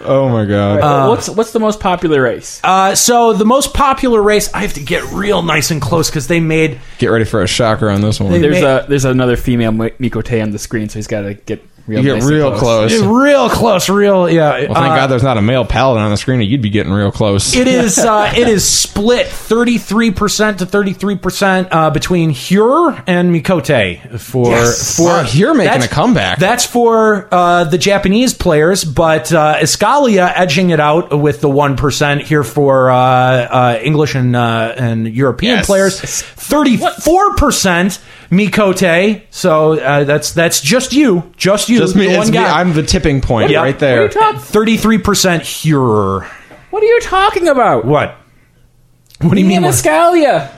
Oh my god.
what's what's the most popular race?
Uh, so the most popular race, I have to get real nice and close because they made
Get ready for a shocker on this one.
They-
You
There's
may-
a there's another female Mi- Mikote on the screen, so he's got to get real
get
nice and
real close. Well,
real close, real yeah. uh,
thank God there's not a male paladin on the screen. or You'd be getting real close.
it is uh, it is split thirty three percent to thirty three percent uh, between Hure and Mikote for for
Wow, Hure making
that's-
a comeback.
That's for uh, the Japanese players, but uh, Escalia edging it out with the one percent here for uh, uh, English and uh, and European
Yes.
players. Thirty four percent Mikote. So uh, that's that's just you, just you,
Just me,
the
it's
one
me.
guy.
I'm the tipping point
Yeah.
right there.
What are, you talk-
Thirty three percent Hure.
what are you talking about?
What? What do you
Me
mean?
and
we're-
Ascalia,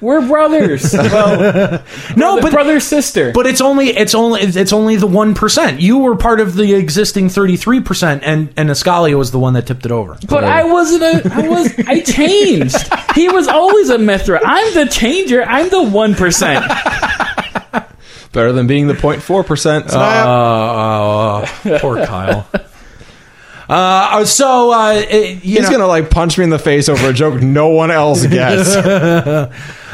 we're brothers. well,
No,
but
but
brother sister.
But it's only it's only it's only the one percent. You were part of the existing thirty three percent, and and Escalia was the one that tipped it over.
But I wasn't a. I was. I changed. He was always a Mithra. I'm the changer. I'm the one percent.
Better than being the 0.4%.
Poor Kyle. Uh, so uh, it- you
He's
know,
gonna like punch me in the face over a joke no one else gets.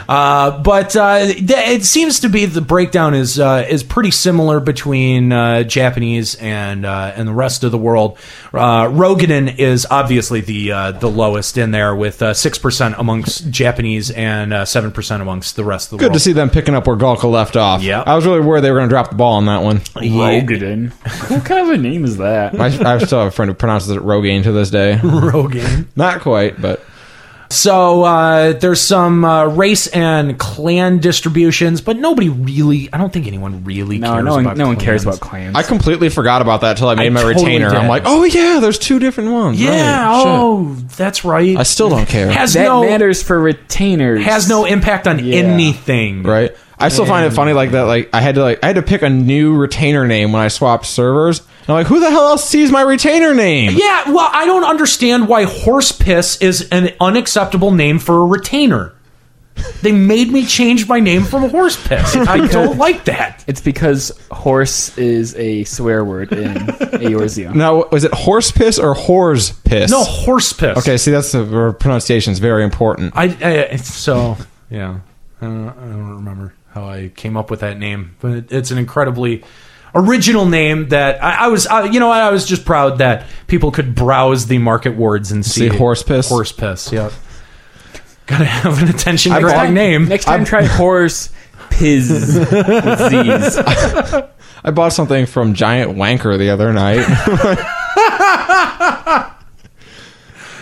but uh, th- it seems to be the breakdown is uh, is pretty similar between uh, Japanese and uh, and the rest of the world. Uh, Roganin is obviously the uh, the lowest in there with uh, six percent amongst Japanese and uh, seven percent amongst the rest of the
Good to
world.
see them picking up where Galka left off.
Yeah.
I was really worried they were gonna drop the ball on that one.
Rogadin. What kind of a name is that?
I, I still have a friend who pronounces it Rogaine to this day.
Rogaine.
Not quite, but
So uh, there's some uh, race and clan distributions, but nobody really. I don't think anyone really.
No,
cares
no one.
about
No one cares
clans.
about clams.
I completely forgot about that till I made
I
my
totally
retainer.
did.
I'm like, oh yeah, there's two different ones.
Yeah.
Right, shit.
oh, that's right.
I still don't care.
has
that
no
matters for retainers.
has no impact on anything.
right? I still find it funny like that. Like I had to like I had to pick a new retainer name when I swapped servers. And I'm like, who the hell else sees my retainer name?
Yeah. Well, I don't understand why horse piss is an unacceptable name for a retainer. They made me change my name from horse piss. I don't like that.
It's because horse is a swear word in Eorzea.
Now was it horse piss or whore's piss?
No horse piss.
Okay, see, that's the where pronunciation is very important.
I, I it's- so yeah. I don't, I don't remember how I came up with that name, but it, it's an incredibly original name that I, I was. I, you know, what, I was just proud that people could browse the market words and see,
See horse piss?
Horse piss. Yeah. Gotta have an attention grabbing name.
Next time, try horse piz. disease.
I bought something from Giant Wanker the other night.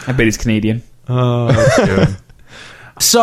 I bet he's Canadian.
So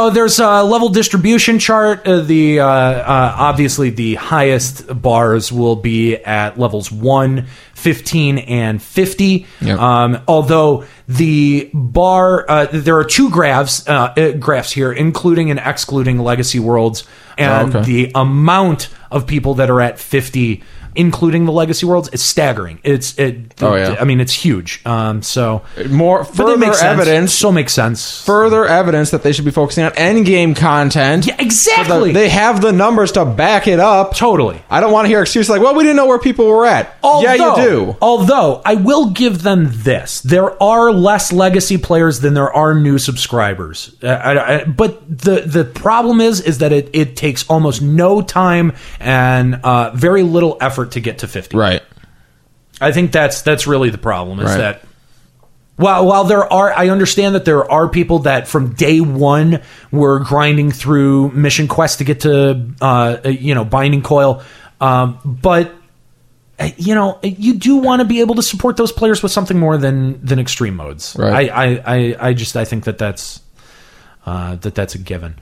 there's a level distribution chart. Uh, the uh, uh, obviously the highest bars will be at levels 1, 15, and 50.
Yep.
Um, although the bar, uh, there are two graphs uh, uh, graphs here, including and excluding legacy worlds, and
Oh, okay.
the amount of people that are at 50, including the legacy worlds, is staggering. It's it.
Oh, yeah.
I mean, it's huge. Um, so
More
but it
further
makes sense.
evidence.
So makes sense.
further evidence that they should be focusing on end game content.
yeah,
So the-
exactly.
they have the numbers to back it up.
Totally.
I don't want to hear excuses like, "Well, we didn't know where people were at." yeah, you do.
Although I will give them this: there are less legacy players than there are new subscribers. Uh, I- I- but the the problem is is that it it takes almost no time and uh, very little effort to get to fifty.
Right.
I think that's that's really the problem is
Right.
that while while there are I understand that there are people that from day one were grinding through mission quest to get to uh, you know binding coil, um, but uh, you know you do want to be able to support those players with something more than than extreme modes.
Right.
I, I I I just I think that that's uh, that that's a given.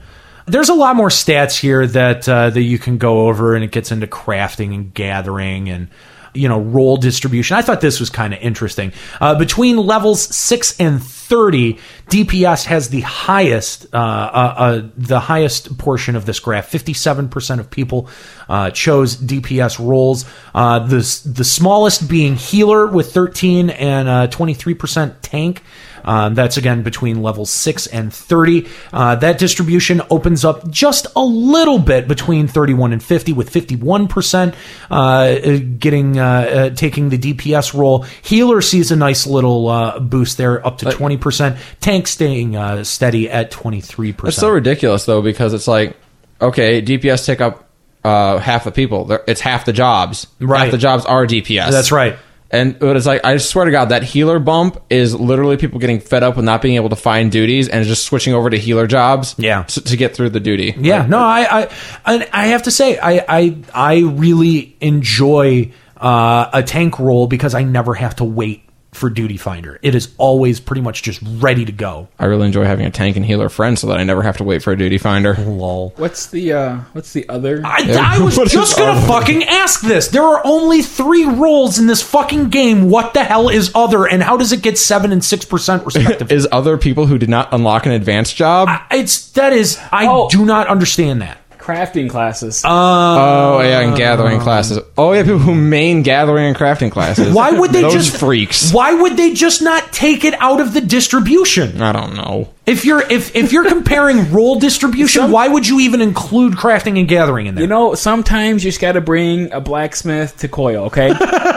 There's a lot more stats here that uh, that you can go over, and it gets into crafting and gathering and you know role distribution. I thought this was kind of interesting. Uh, between levels six and thirty, DPS has the highest uh, uh, uh, the highest portion of this graph. Fifty seven percent of people uh, chose DPS roles. Uh, the s- the smallest being healer with thirteen and twenty three percent tank. Um, that's again between levels 6 and 30. Uh, that distribution opens up just a little bit between 31 and 50, with 51% uh, uh, getting uh, uh, taking the DPS role. Healer sees a nice little uh, boost there, up to 20%. Tank staying uh, steady at 23%.
It's so ridiculous though because it's like, okay, DPS take up uh, half the people. They're- It's half the jobs.
Right.
Half the jobs are DPS.
That's right.
And but it's like I swear to God, that healer bump is literally people getting fed up with not being able to find duties and just switching over to healer jobs.
Yeah.
To, to get through the duty.
Yeah, no, I, I, and I have to say, I, I, I really enjoy uh, a tank role because I never have to wait for duty finder. It is always pretty much just ready to go.
I really enjoy having a tank and healer friend so that I never have to wait for a duty finder.
Lol.
What's the uh, what's the other?
I, I was
What is
just gonna
other?
fucking ask this. There are only three roles in this fucking game. What the hell is other, and how does it get seven and six percent respectively?
Is other people who did not unlock an advanced job?
it's that is I
Oh.
do not understand that.
Crafting classes.
oh yeah, and
Ah.
gathering classes. Oh yeah, people who main gathering and crafting classes.
Why would they
Those
just
freaks?
Why would they just not take it out of the distribution?
I don't know.
If you're if if you're comparing role distribution, why would you even include crafting and gathering in there?
you know, sometimes you just got to bring a blacksmith to coil.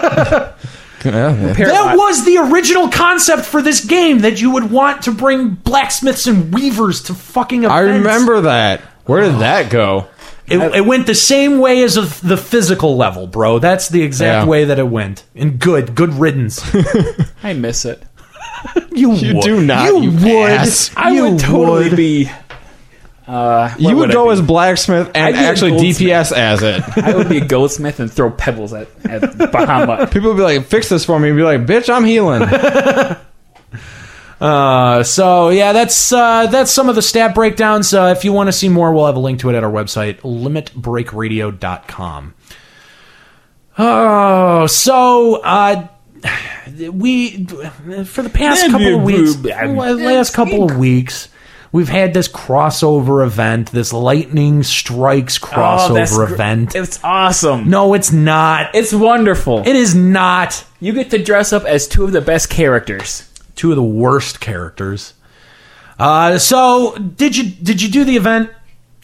Okay. Pair
that
lot.
was the original concept for this game that you would want to bring blacksmiths and weavers to fucking events.
I remember that. Where did that go?
it, it went the same way as of the physical level, bro. That's the exact
Yeah.
way that it went. And good, good riddance.
I miss it.
You, would.
do not,
You,
you
would.
ass.
I
You
would totally
would.
be. Uh, what
you would, go
I
as blacksmith and
I'd be a
actually
goldsmith.
DPS as it.
be? I would be a goldsmith and throw pebbles at, at Bahama.
People would be like, "Fix this for me." And be like, "Bitch, I'm healing."
Uh, so yeah, that's uh, that's some of the stat breakdowns. Uh, if you want to see more, we'll have a link to it at our website, limitbreakradio.com. Oh, so uh, we for the past couple of weeks, last couple of weeks, we've had this crossover event, this lightning strikes
Oh, that's
crossover
gr-
event.
It's awesome.
No, it's not.
It's wonderful.
It is not.
you get to dress up as two of the best characters.
two of the worst characters. Uh, so did you did you do the event,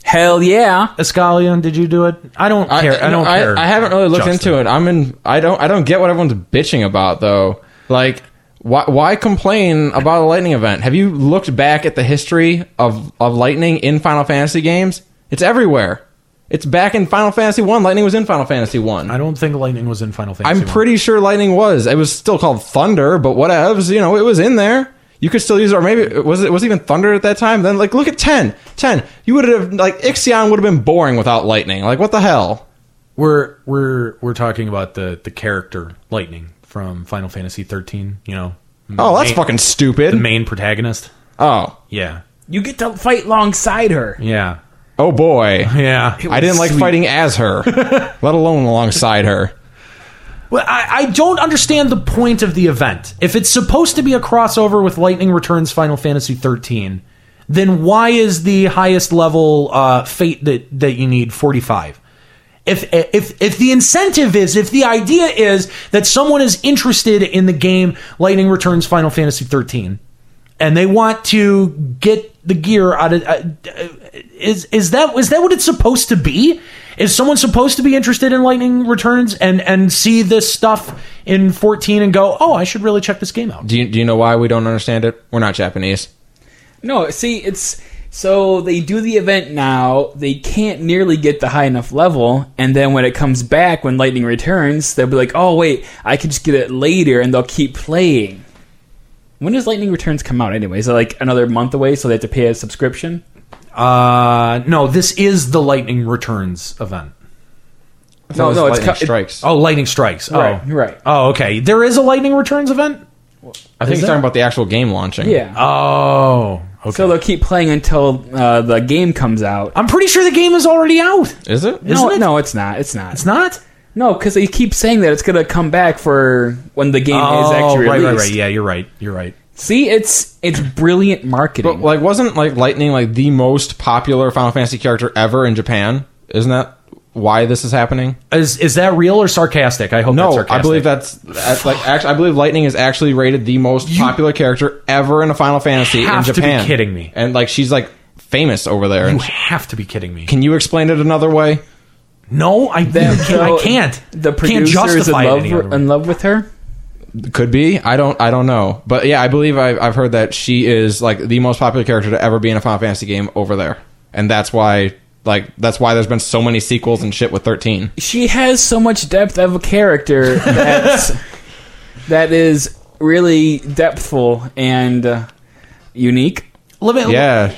Hell yeah.
Escalion? Did you do it? I don't care. I, don't
I,
care.
I haven't really looked into it. I'm in. I don't. I don't get what everyone's bitching about though. Like, why? Why complain about a lightning event? Have you looked back at the history of of lightning in Final Fantasy games? It's everywhere. It's back in Final Fantasy One. Lightning was in Final Fantasy One.
I don't think lightning was in Final Fantasy.
I'm pretty sure lightning was. It was still called thunder, but whatevs. You know, it was in there. You could still use it, or maybe was it was it even Thunder at that time? Then like look at 10. 10. You would have like Ixion would have been boring without lightning. Like what the hell?
We're we're we're talking about the the character Lightning from Final Fantasy 13. You know.
Oh, that's
Main-
fucking
The
stupid.
main protagonist.
Oh.
Yeah.
You get to fight alongside her.
Yeah.
Oh boy.
Yeah.
I didn't like fighting as her, let alone alongside her.
Well, I, I don't understand the point of the event. If it's supposed to be a crossover with Lightning Returns Final Fantasy 13, then why is the highest level uh, fate that, that you need 45? If, if if the incentive is if the idea is that someone is interested in the game Lightning Returns Final Fantasy 13 and they want to get the gear out of uh, is is that is that what it's supposed to be? Is someone supposed to be interested in Lightning Returns and and see this stuff in 14 and go, "Oh, I should really check this game out."
Do you, do you know why we don't understand it? We're not Japanese.
No, see, it's so they do the event now. They can't nearly get the high enough level, and then when it comes back, when lightning returns, they'll be like, "Oh wait, I can just get it later," and they'll keep playing. When does lightning returns come out? Anyway, is it like another month away? So they have to pay a subscription.
Uh no, this is the Lightning Returns event.
No,
no, it's
lightning
co- it-
strikes.
Oh, Lightning Strikes. Oh.
Right, right.
Oh, okay. There is a Lightning Returns event?
I think
is
he's
that-
talking about the actual game launching.
Yeah.
Oh. Okay.
So they'll keep playing until uh, the game comes out.
I'm pretty sure the game is already out.
Is it?
no,
it?
no, it's not. It's not.
It's not?
No, because they keep saying that it's gonna come back for when the game is
oh,
actually
right,
released.
right, right. Yeah, you're right. You're right.
See, it's it's brilliant marketing.
But like, wasn't like Lightning like the most popular Final Fantasy character ever in Japan? Isn't that why this is happening?
Is is that real or sarcastic? I hope Oh, that's
No,
sarcastic.
I believe that's, that's like actually, I believe Lightning is actually rated the most popular character ever in a Final Fantasy
have to
in
be
Japan.
kidding me.
And like, she's like famous over there.
You
And
have to be kidding me.
can you explain it another way?
No, I
that-
can't. I can't.
The
can't
producer is in
justify it
love,
any other way.
in love with her.
Could be. I don't. I don't know. But yeah, I believe I've, I've heard that she is like the most popular character to ever be in a Final Fantasy game over there, and that's why like that's why there's been so many sequels and shit with thirteen.
She has so much depth of a character that's that is really depthful and uh, unique.
Let me-
Yeah,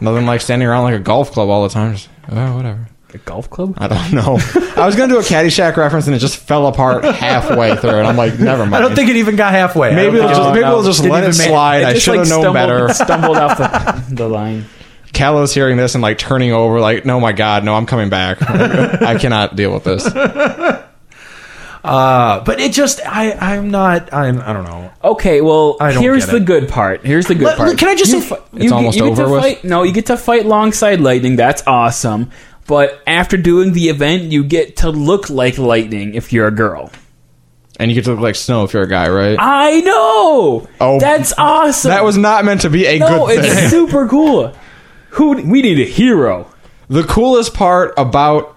nothing like standing around like a golf club all the time. Just, oh, whatever.
A golf club.
I don't know. I was gonna do a Caddyshack reference and it just fell apart halfway through, and I'm like, never mind.
I don't think it even got halfway. I
Maybe
don't
we'll
think-
just, maybe we'll just
Didn't
let
even
it
make-
slide.
It
I
just,
should have
like,
known
stumbled,
better.
Stumbled off the, the line.
Kalos hearing this and like turning over, like, no, my God, no, I'm coming back. I cannot deal with this.
uh, but it just I I'm not I'm I don't know.
Okay, well,
I don't
here's
get
the
it.
good part. Here's the good
Let-
part.
let- can I just
You
say-
fi-
It's
you get-
almost
you get to
over with?
Fight, no, you get to fight alongside lightning. That's awesome. But after doing the event, you get to look like lightning if you're a girl.
And you get to look like snow if you're a guy, right?
I know.
Oh.
that's awesome.
That was not meant to be a
no,
good
it's
thing.
super cool. Who we need a hero?
The coolest part about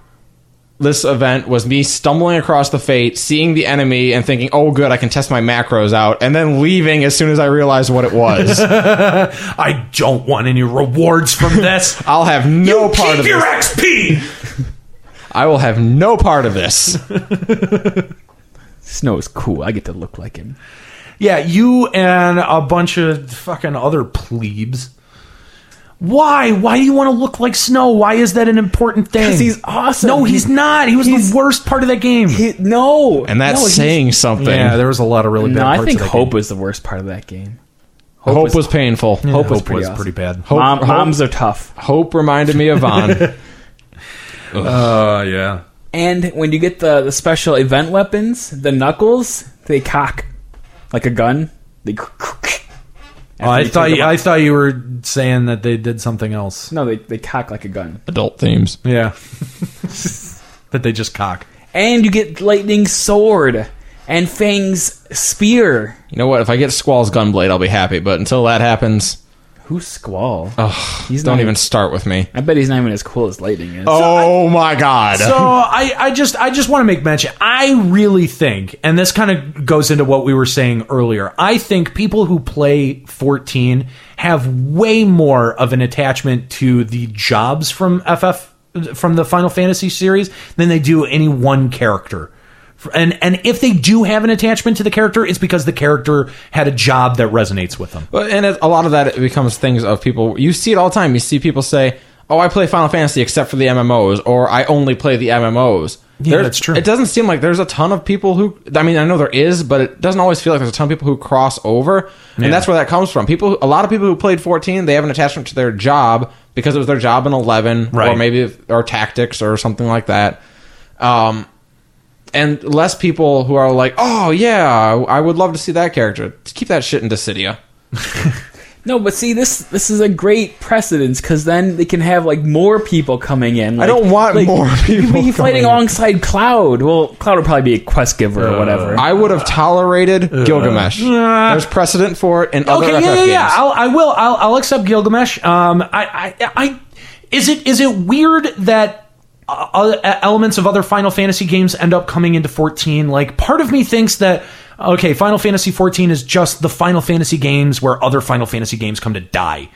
this event was me stumbling across the fate, seeing the enemy, and thinking, "Oh, good, I can test my macros out," and then leaving as soon as I realized what it was.
I don't want any rewards from this.
I'll have no part
Keep
of
your
this.
XP.
I will have no part of this.
Snow is cool. I get to look like him.
Yeah, you and a bunch of fucking other plebes. Why? Why do you want to look like Snow? Why is that an important thing?
'Cause he's awesome.
No, he's,
He-
not. He was
he's-
the worst part of that game.
It, no,
And that's
no, he's-
saying something.
yeah, there was a lot of really bad
No, I
parts
think
of that
hope
game.
was the worst part of that game.
hope, was, painful.
Yeah,
Hope,
was pretty awesome.
bad.
Mom,
hope-
moms are tough.
hope reminded me of Vaughn.
Uh, yeah.
And when you get the, the special event weapons, the knuckles, they cock like a gun. They
Oh, I thought
you,
you, I thought you were saying that they did something else.
no, they, they cock like a gun.
Adult themes.
Yeah. that they just cock.
And you get lightning sword and Fang's spear.
You know what? If I get Squall's gunblade, I'll be happy. But until that happens,
Who's Squall?
Oh.
he's
don't
not
even start with me.
I bet he's not even as cool as lightning is.
Oh my God.
So I, I just I just want to make mention. I really think, and this kind of goes into what we were saying earlier. I think people who play 14 have way more of an attachment to the jobs from FF from the Final Fantasy series than they do any one character. F- And and if they do have an attachment to the character, it's because the character had a job that resonates with them.
But and it, a lot of that it becomes things of people. You see it all the time. You see people say, "Oh, I play Final Fantasy except for the MMOs," or "I only play the MMOs."
Yeah,
There-
that's true.
It doesn't seem like there's a ton of people who. I mean, I know there is, but it doesn't always feel like there's a ton of people who cross over, and that's where that comes from. People, a lot of people who played 14, they have an attachment to their job because it was their job in 11, or
Right.
maybe or tactics or something like that. Um, and less people who are like, "Oh yeah, I would love to see that character." Keep that shit in Dissidia.
No, but see, this this is a great precedence because then they can have like more people coming in. Like,
don't want
like,
more people
He's
coming
fighting
in. Uh,
alongside Cloud. Well, Cloud would probably be a quest giver or whatever.
I would have tolerated Gilgamesh. There's precedent for it in other
Okay,
FF
yeah, yeah, yeah.
games.
I'll, I will. I'll, I'll accept Gilgamesh. Um, I, I, I, is it is it weird that uh, uh, elements of other Final Fantasy games end up coming into 14? Like, part of me thinks that okay, Final Fantasy 14 is just the Final Fantasy games where other Final Fantasy games come to die.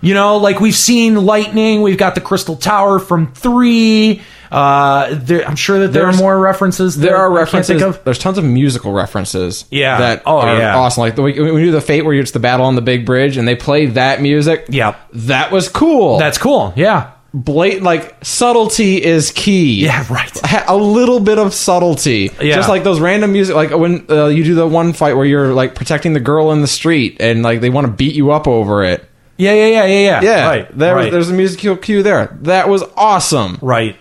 you know, like we've seen Lightning, we've got the Crystal Tower from three. Uh, there, I'm sure that there
There's-
are more references.
there
that
are
I can't think
references.
of.
There's tons of musical references.
Yeah.
that
Oh,
are
yeah.
awesome. Like the, we, we do the Fate where it's the battle on the big bridge, and they play that music.
Yep.
that was cool.
That's cool. Yeah.
blatant. Like subtlety is key.
Yeah. Right.
ha- a little bit of subtlety.
Yeah.
Just like those random music, like when uh, you do the one fight where you're like protecting the girl in the street and like they want to beat you up over it.
Yeah. Yeah. Yeah. Yeah. Yeah.
Yeah,
Right.
there,
right.
there's a musical cue there. That was awesome.
Right.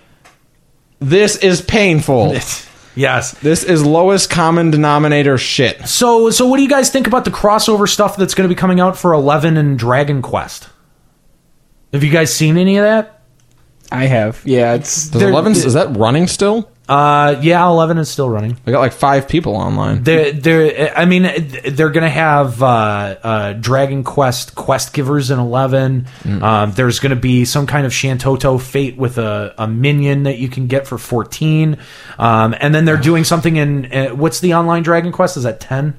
This is painful.
Yes.
this is lowest common denominator shit.
So so what do you guys think about the crossover stuff that's going to be coming out for 11 and Dragon Quest? Have you guys seen any of that?
I have. Yeah, it's
Does
they're-
11 is that running still?
Uh yeah, 11 is still running.
We got like five people online.
They they I mean they're going to have uh, uh Dragon Quest quest givers in 11. Um there's going to be some kind of Shantoto fate with a, a minion that you can get for 14. Um and then they're doing something in uh, what's the online Dragon Quest is that 10?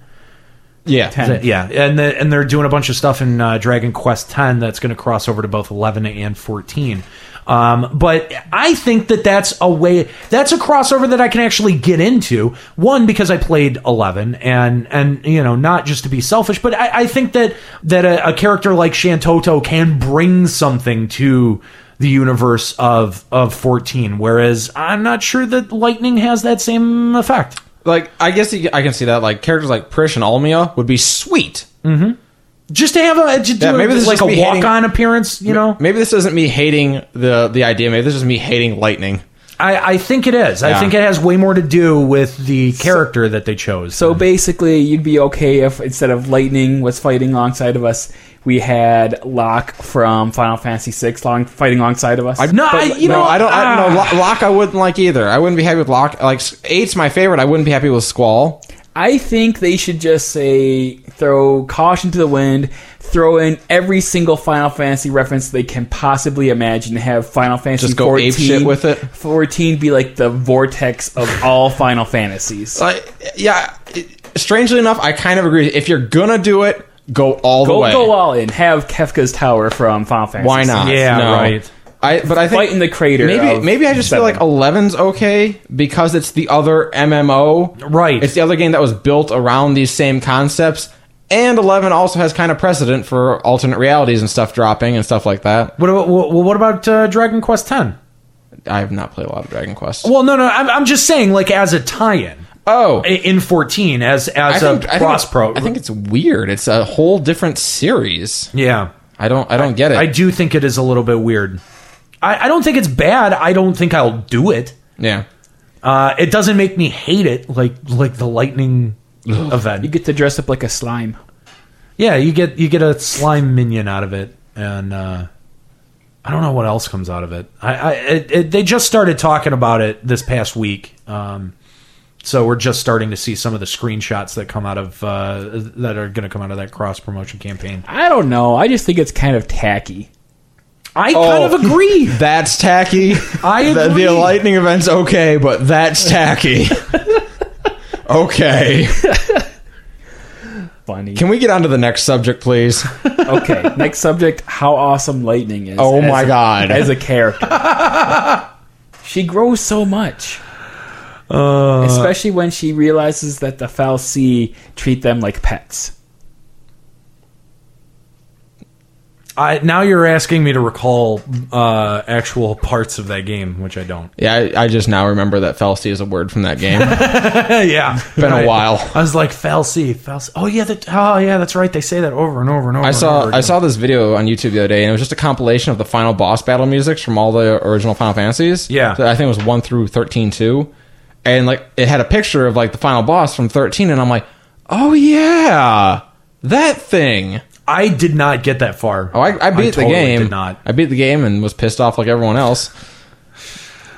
yeah,
Th- yeah, and the, and they're doing a bunch of stuff in uh, Dragon Quest X that's going to cross over to both eleven and fourteen. Um, but I think that that's a way that's a crossover that I can actually get into. One because I played eleven, and and you know not just to be selfish, but I, I think that that a, a character like Shantoto can bring something to the universe of of fourteen. Whereas I'm not sure that Lightning has that same effect.
Like I guess you, I can see that. Like characters like Prish and Almia would be sweet.
Just to have a to do
Yeah, maybe this is
like
just me
a
hating-
walk on appearance, you know.
Maybe this isn't me hating the the idea. Maybe this is me hating Lightning.
I, I think it is. I
Yeah.
think it has way more to do with the character that they chose.
So basically, you'd be okay if instead of Lightning was fighting alongside of us, we had Locke from Final Fantasy VI long, fighting alongside of us.
no, I, you
no,
know, ah.
I don't. I don't know. Lo- Locke, I wouldn't like either. I wouldn't be happy with Locke. Like eight's my favorite. I wouldn't be happy with Squall.
I think they should just say throw caution to the wind, throw in every single Final Fantasy reference they can possibly imagine. Have Final Fantasy
Just go
14,
apeshit with it?
Fourteen be like the vortex of all Final Fantasies.
Like, yeah. Strangely enough, I kind of agree. If you're gonna do it, go all the
go
way.
go all in. Have Kefka's tower from Final Fantasy.
Why not?
Yeah,
No.
right.
I but I think
Fight in the crater.
maybe
of
maybe I just feel
seven.
like 11's okay because it's the other MMO.
Right.
It's the other game that was built around these same concepts. And 11 also has kind of precedent for alternate realities and stuff dropping and stuff like that.
what about what, what about uh, Dragon Quest Ten?
I have not played a lot of Dragon Quest.
Well, no, no, I'm, I'm just saying, like as a tie-in
oh,
i- in fourteen, as
I
as a
think, I, think
cross
it's,
pro.
I think it's weird. It's a whole different series.
yeah,
I don't I don't get it.
I do think it is a little bit weird. I, I don't think it's bad. I don't think I'll do it.
yeah.
Uh, it doesn't make me hate it, like like the lightning event.
you get to dress up like a slime.
Yeah, you get you get a slime minion out of it, and uh, I don't know what else comes out of it. I, I it, it, they just started talking about it this past week, um, so we're just starting to see some of the screenshots that come out of uh, that are going to come out of that cross promotion campaign.
I don't know. I just think it's kind of tacky.
I
Oh.
kind of agree.
That's tacky.
I
The-
agree.
The, lightning event's okay, but that's tacky. okay.
Funny.
Can we get on to the next subject, please?
okay. Next subject: How awesome Lightning is.
Oh
as
my
a-
God.
As a character, she grows so much.
Uh,
especially when she realizes that the Falci treat them like pets.
I, now you're asking me to recall uh, actual parts of that game, which I don't.
Yeah, I, I just now remember that Falsi is a word from that game.
yeah,
Been
Right.
a while.
I was like Falsi, Falsi. Oh yeah, that, oh yeah, that's right. They say that over and over and over.
I
And
saw
over
I saw this video on YouTube the other day, and it was just a compilation of the final boss battle musics from all the original Final Fantasies.
Yeah.
so I think it was one through thirteen too, and like it had a picture of like the final boss from thirteen, and I'm like, oh yeah, that thing.
I did not get that far.
Oh, I, I beat the
totally
game.
Did not.
I beat the game and was pissed off like everyone else.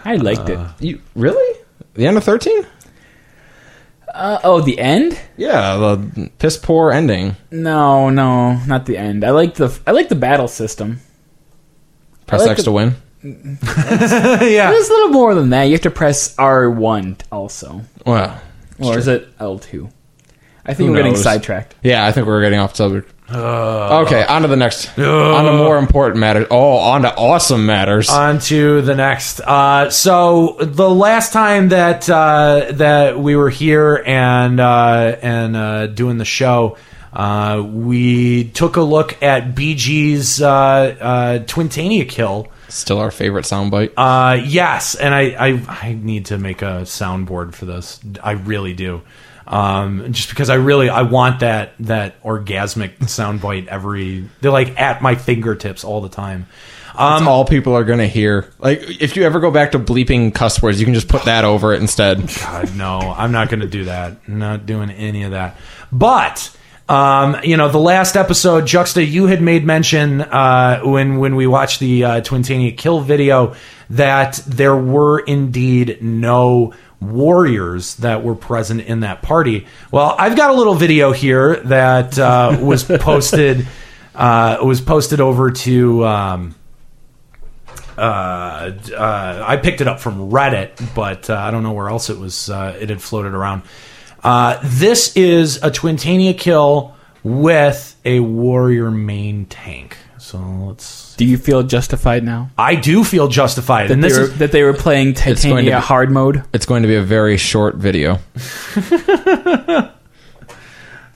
I liked it.
You really? The end of thirteen?
Uh, oh, the end?
Yeah, the piss poor ending.
No, no, not the end. I like the I like the battle system.
Press
like
X
the-
to win.
yeah.
There's a little more than that. You have to press R one also,
Well,
or is it L two? I think we're getting
knows?
sidetracked.
yeah, I think we're getting off subject. okay, on to the next. on to
Ugh.
more important matters. Oh, on to awesome matters.
Uh,
On to the next. Uh, so the last time that uh, that we were here and uh, and uh, doing the show, uh, we took a look at BG's uh, uh, Twintania kill.
Still our favorite soundbite.
Uh, yes, and I, I I need to make a soundboard for this. I really do. Um, just because I really I want that that orgasmic soundbite every they're like at my fingertips all the time.
That's all people are gonna hear. Like, if you ever go back to bleeping cuss words, you can just put that over it instead.
God, Uh, no, I'm not going to do that. I'm not doing any of that. But um, you know, the last episode, Juxta, you had made mention uh, when when we watched the uh, Twintania kill video that there were indeed no warriors that were present in that party. Well, I've got a little video here that uh, was posted uh, was posted over to. Um, uh, uh, I picked it up from Reddit, but uh, I don't know where else it was. Uh, it had floated around. Uh, this is a Twintania kill with a warrior main tank. So let's.
Do you feel justified now?
I do feel justified, and
They
this
were-
is
that they were playing
going to
Titania
be-
hard mode.
It's going to be a very short video.
all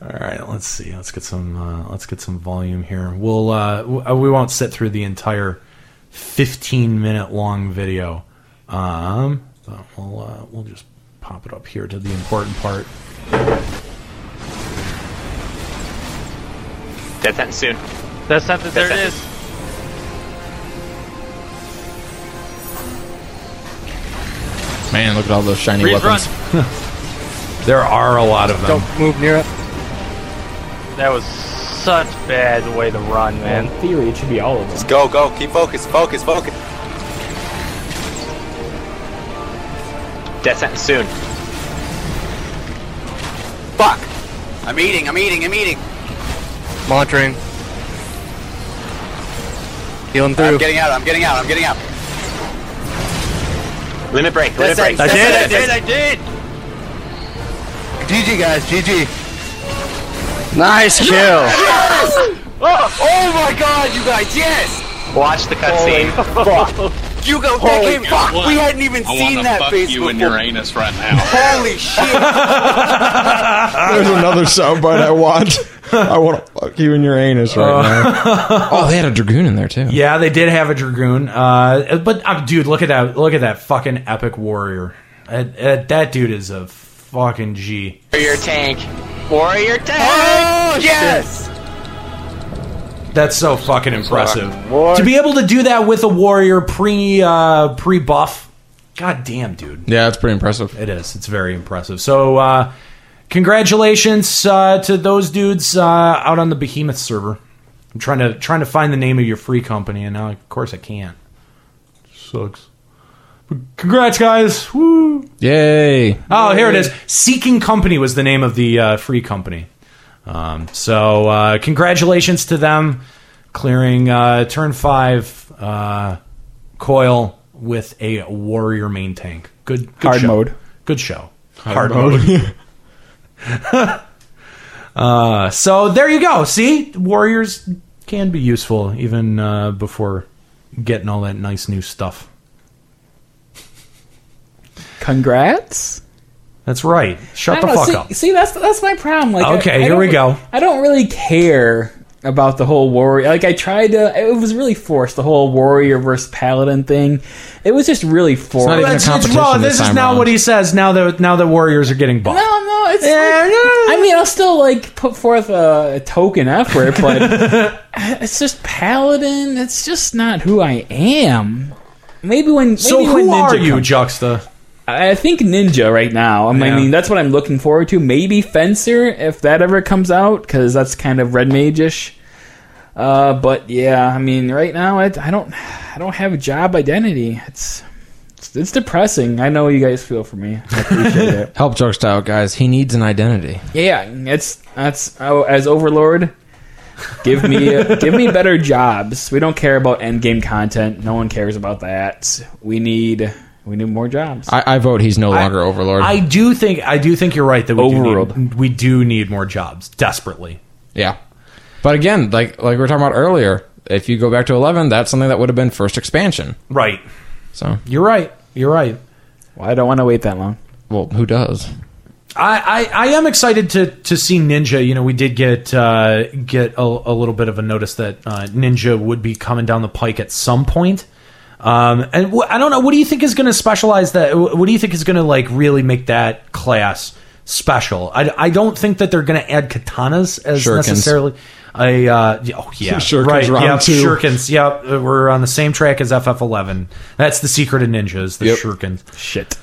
right. Let's see. Let's get some. Uh, let's get some volume here. We'll. Uh, w- uh, we won't sit through the entire fifteen minute long video. Um, but we'll uh, we'll just pop it up here to the important part.
Dead sentence soon.
That's something. There it is.
Man, look at all those shiny
Freeze, run.
weapons.
There are a lot of them.
Don't move near it. That was such bad way to run,
In
man.
theory, it should be all of them.
Go, go, keep focus, focus, focus. Death sentence soon. Fuck! I'm eating, I'm eating, I'm eating.
Launchering. Healing
I'm
through.
getting out, I'm getting out, I'm getting out. Limit break, limit break.
I did, I did, I did!
GG guys, GG.
Nice kill!
Oh my god, you guys, yes!
Watch the cutscene.
You go, that game, fuck, we hadn't even seen that face before.
anus right now.
Holy shit!
There's another soundbite I want. I want to fuck you in your anus right now. Oh, they had a dragoon in there too.
Uh. Yeah, Uh, they did have a dragoon. Uh, but uh, dude, look at that! Look at that fucking epic warrior. Uh, uh, that dude is a fucking G.
Warrior tank. Warrior tank!
oh, yes!
That's so fucking impressive. To be able to do that with a warrior pre uh, pre buff. God damn, dude.
Yeah, that's pretty impressive.
It is. It's very impressive. So, uh, congratulations uh, to those dudes uh, out on the Behemoth server. I'm trying to trying to find the name of your free company, and now of course I can't. Sucks. But congrats, guys! Woo!
Yay!
Oh, here it is. Seeking Company was the name of the uh, free company. Um, so, uh, congratulations to them clearing uh, turn five uh, coil with a warrior main tank. Good, good
Hard
show.
mode.
Good show. Hard, mode. uh, so there you go. See, warriors can be useful even uh, before getting all that nice new stuff.
Congrats.
That's right. Shut
I
the
don't know,
fuck
see,
up.
See, that's that's my problem. Like, I-
Okay,
I
here
don't-
we go.
I don't really care about the whole warrior. Like, I tried to. It was really forced. The whole warrior versus paladin thing. It was just really forced.
Well, it's- it's wrong. This, is now what he says. Now that now the Warriors are getting buffed.
No, no, it's. like- I mean, I'll still like put forth a, a token effort, but it's just paladin. It's just not who I am. Maybe when
So
maybe
who
when
are
Ninja
you,
comes-
Juxta?
I I think Ninja right now. I mean, I mean, that's what I'm looking forward to. Maybe Fencer if that ever comes out, because that's kind of Red Mage-ish. Uh, but yeah, I mean, right now I, I don't I don't have a job identity. It's it's, it's depressing. I know you guys feel for me. I appreciate it.
Help Jokes out, guys. He needs an identity.
Yeah, it's that's oh, as Overlord. Give me uh, give me better jobs. We don't care about end game content. No one cares about that. We need we need more jobs.
I, I vote he's no longer Overlord.
I do think I do think you're right that we
Overruled.
do need, we do need more jobs desperately.
yeah. But again, like like we were talking about earlier, if you go back to 11, that's something that would have been first expansion.
Right.
So,
You're right. You're right.
Well, I don't want to wait that long.
well, who does?
I, I, I am excited to, to see Ninja. You know, we did get uh, get a, a little bit of a notice that uh, Ninja would be coming down the pike at some point. Um, and wh- I don't know. What do you think is going to specialize that? wh- What do you think is going to like really make that class special? I, I don't think that they're going to add katanas as
Shurikens.
necessarily. I uh, yeah, oh yeah,
Shurikens
right,
round
yep,
two.
Shurikens. Yep, uh, we're on the same track as FF11. That's the secret of ninjas. The Shurikens.
Shit.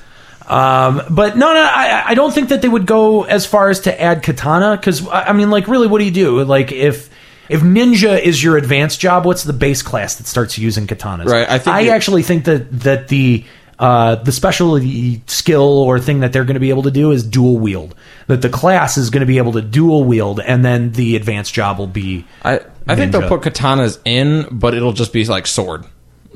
Um, but no, no, I, I don't think that they would go as far as to add katana because I I mean, like, really, what do you do? Like, if if ninja is your advanced job, what's the base class that starts using katanas?
Right, I think
I
you-
actually think that that the uh, the specialty skill or thing that they're going to be able to do is dual wield. That the class is going to be able to dual wield, and then the advanced job will be
I, I think
Ninja.
they'll put katanas in, but it'll just be like sword.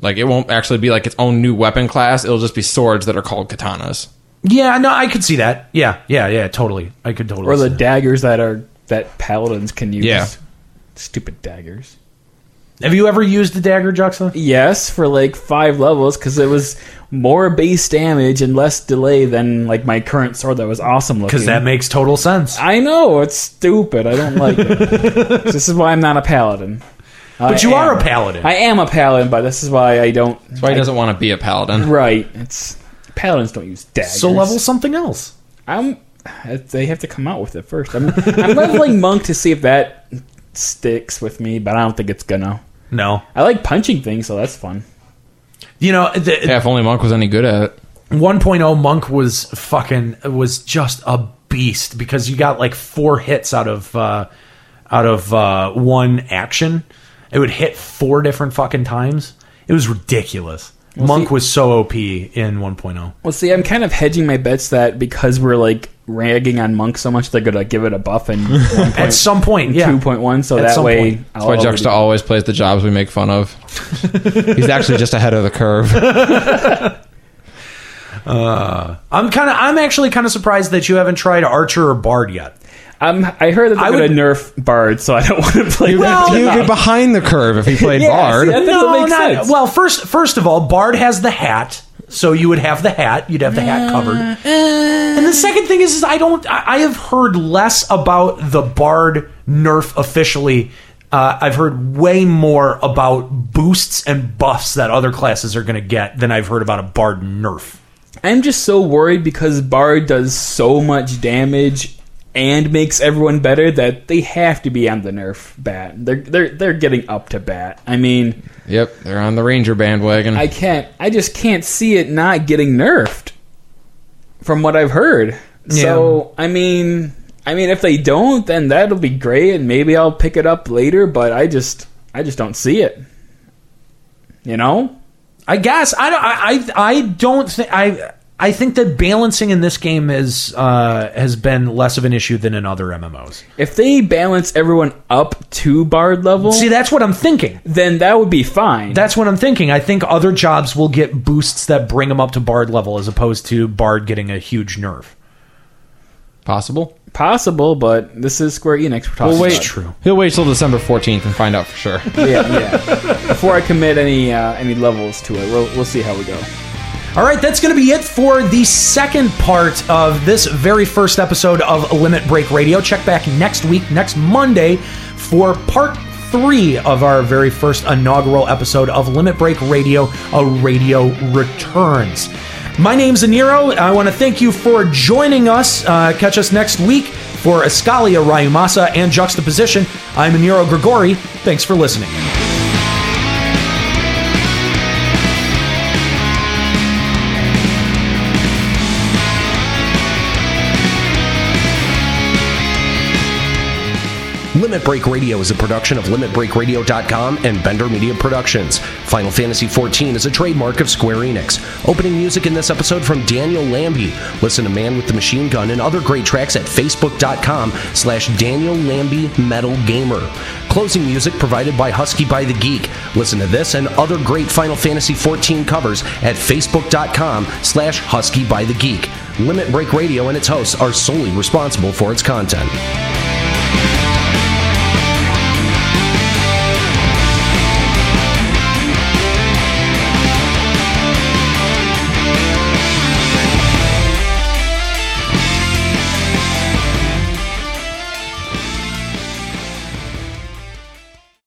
Like it won't actually be like its own new weapon class. It'll just be swords that are called katanas.
yeah. No, I could see that. Yeah, yeah, yeah. Totally, I could totally.
Or the
see that.
daggers that are that paladins can use.
Yeah.
Stupid daggers.
Have you ever used the dagger, Juxta?
Yes, for like five levels because it was more base damage and less delay than like my current sword that was awesome looking.
Because that makes total sense.
I know it's stupid. I don't like it. this is why I'm not a paladin.
But
I
you
am.
are a paladin.
I am a paladin, but this is why I don't.
That's why he doesn't want to be a paladin.
Right? It's paladins don't use daggers.
So level something else.
I'm. uh, They have to come out with it first. I'm, I'm leveling monk to see if that sticks with me, but I don't think it's gonna.
No,
I like punching things, so that's fun.
you know, the,
Yeah, if only monk was any good at it.
1.0 monk was fucking was just a beast because you got like four hits out of uh, out of uh, one action. It would hit four different fucking times. It was ridiculous. monk
see-
was so OP in oh. 1.0.
Well, see, I'm kind of hedging my bets that because we're like ragging on monk so much, they're gonna give it a buff and
At some point, yeah.
two point one. So
At
that
some
way,
point.
That's why Juxta always plays the jobs we make fun of. He's actually just ahead of the curve.
I'm kind of I'm actually kind of surprised that you haven't tried archer or bard yet.
I'm, Um, I heard that they're
I
gonna
would-
nerf bard, so I don't want to play.
Well,
that.
He'd be behind the curve if he played
Yeah,
Bard.
see, that doesn't make sense.
well. First, first of all, Bard has the hat, so you would have the hat. You'd have the hat covered. and the second thing is, is I don't. I, I have heard less about the Bard nerf officially. Uh, I've heard way more about boosts and buffs that other classes are going to get than I've heard about a Bard nerf.
I'm just so worried because Bard does so much damage and makes everyone better that they have to be on the nerf bat. They're they're they're getting up to bat. I mean,
Yep, they're on the Ranger bandwagon.
I can't. I just can't see it not getting nerfed. From what I've heard, so I mean, I mean, if they don't, then that'll be great, and maybe I'll pick it up later. But I just, I just don't see it. You know,
I guess I don't. I I, I don't think I. I think that balancing in this game is uh, has been less of an issue than in other MMOs.
if they balance everyone up to Bard level,
See, that's what I'm thinking.
then that would be fine.
That's what I'm thinking. I think other jobs will get boosts that bring them up to Bard level as opposed to Bard getting a huge nerf.
Possible.
possible, but this is Square Enix we're talking
wait.
about.
True.
He'll wait till December 14th and find out for sure.
Yeah, yeah. Before I commit any uh, any levels to it, we'll we'll see how we go.
All right, that's going to be it for the second part of this very first episode of Limit Break Radio. Check back next week, next Monday, for part three of our very first inaugural episode of Limit Break Radio, a radio returns. My name's Aniro. I want to thank you for joining us. Uh, catch us next week for Escalia Ryumasa and Juxtaposition. I'm Aniro Grigori. Thanks for listening. Limit Break Radio is a production of LimitBreakRadio.com and Bender Media Productions. Final Fantasy XIV is a trademark of Square Enix. Opening music in this episode from Daniel Lambie. Listen to Man with the Machine Gun and other great tracks at Facebook.com slash Daniel Lambie Metal Gamer. Closing music provided by Husky by the Geek. Listen to this and other great Final Fantasy XIV covers at Facebook.com slash Husky by the Geek. Limit Break Radio and its hosts are solely responsible for its content.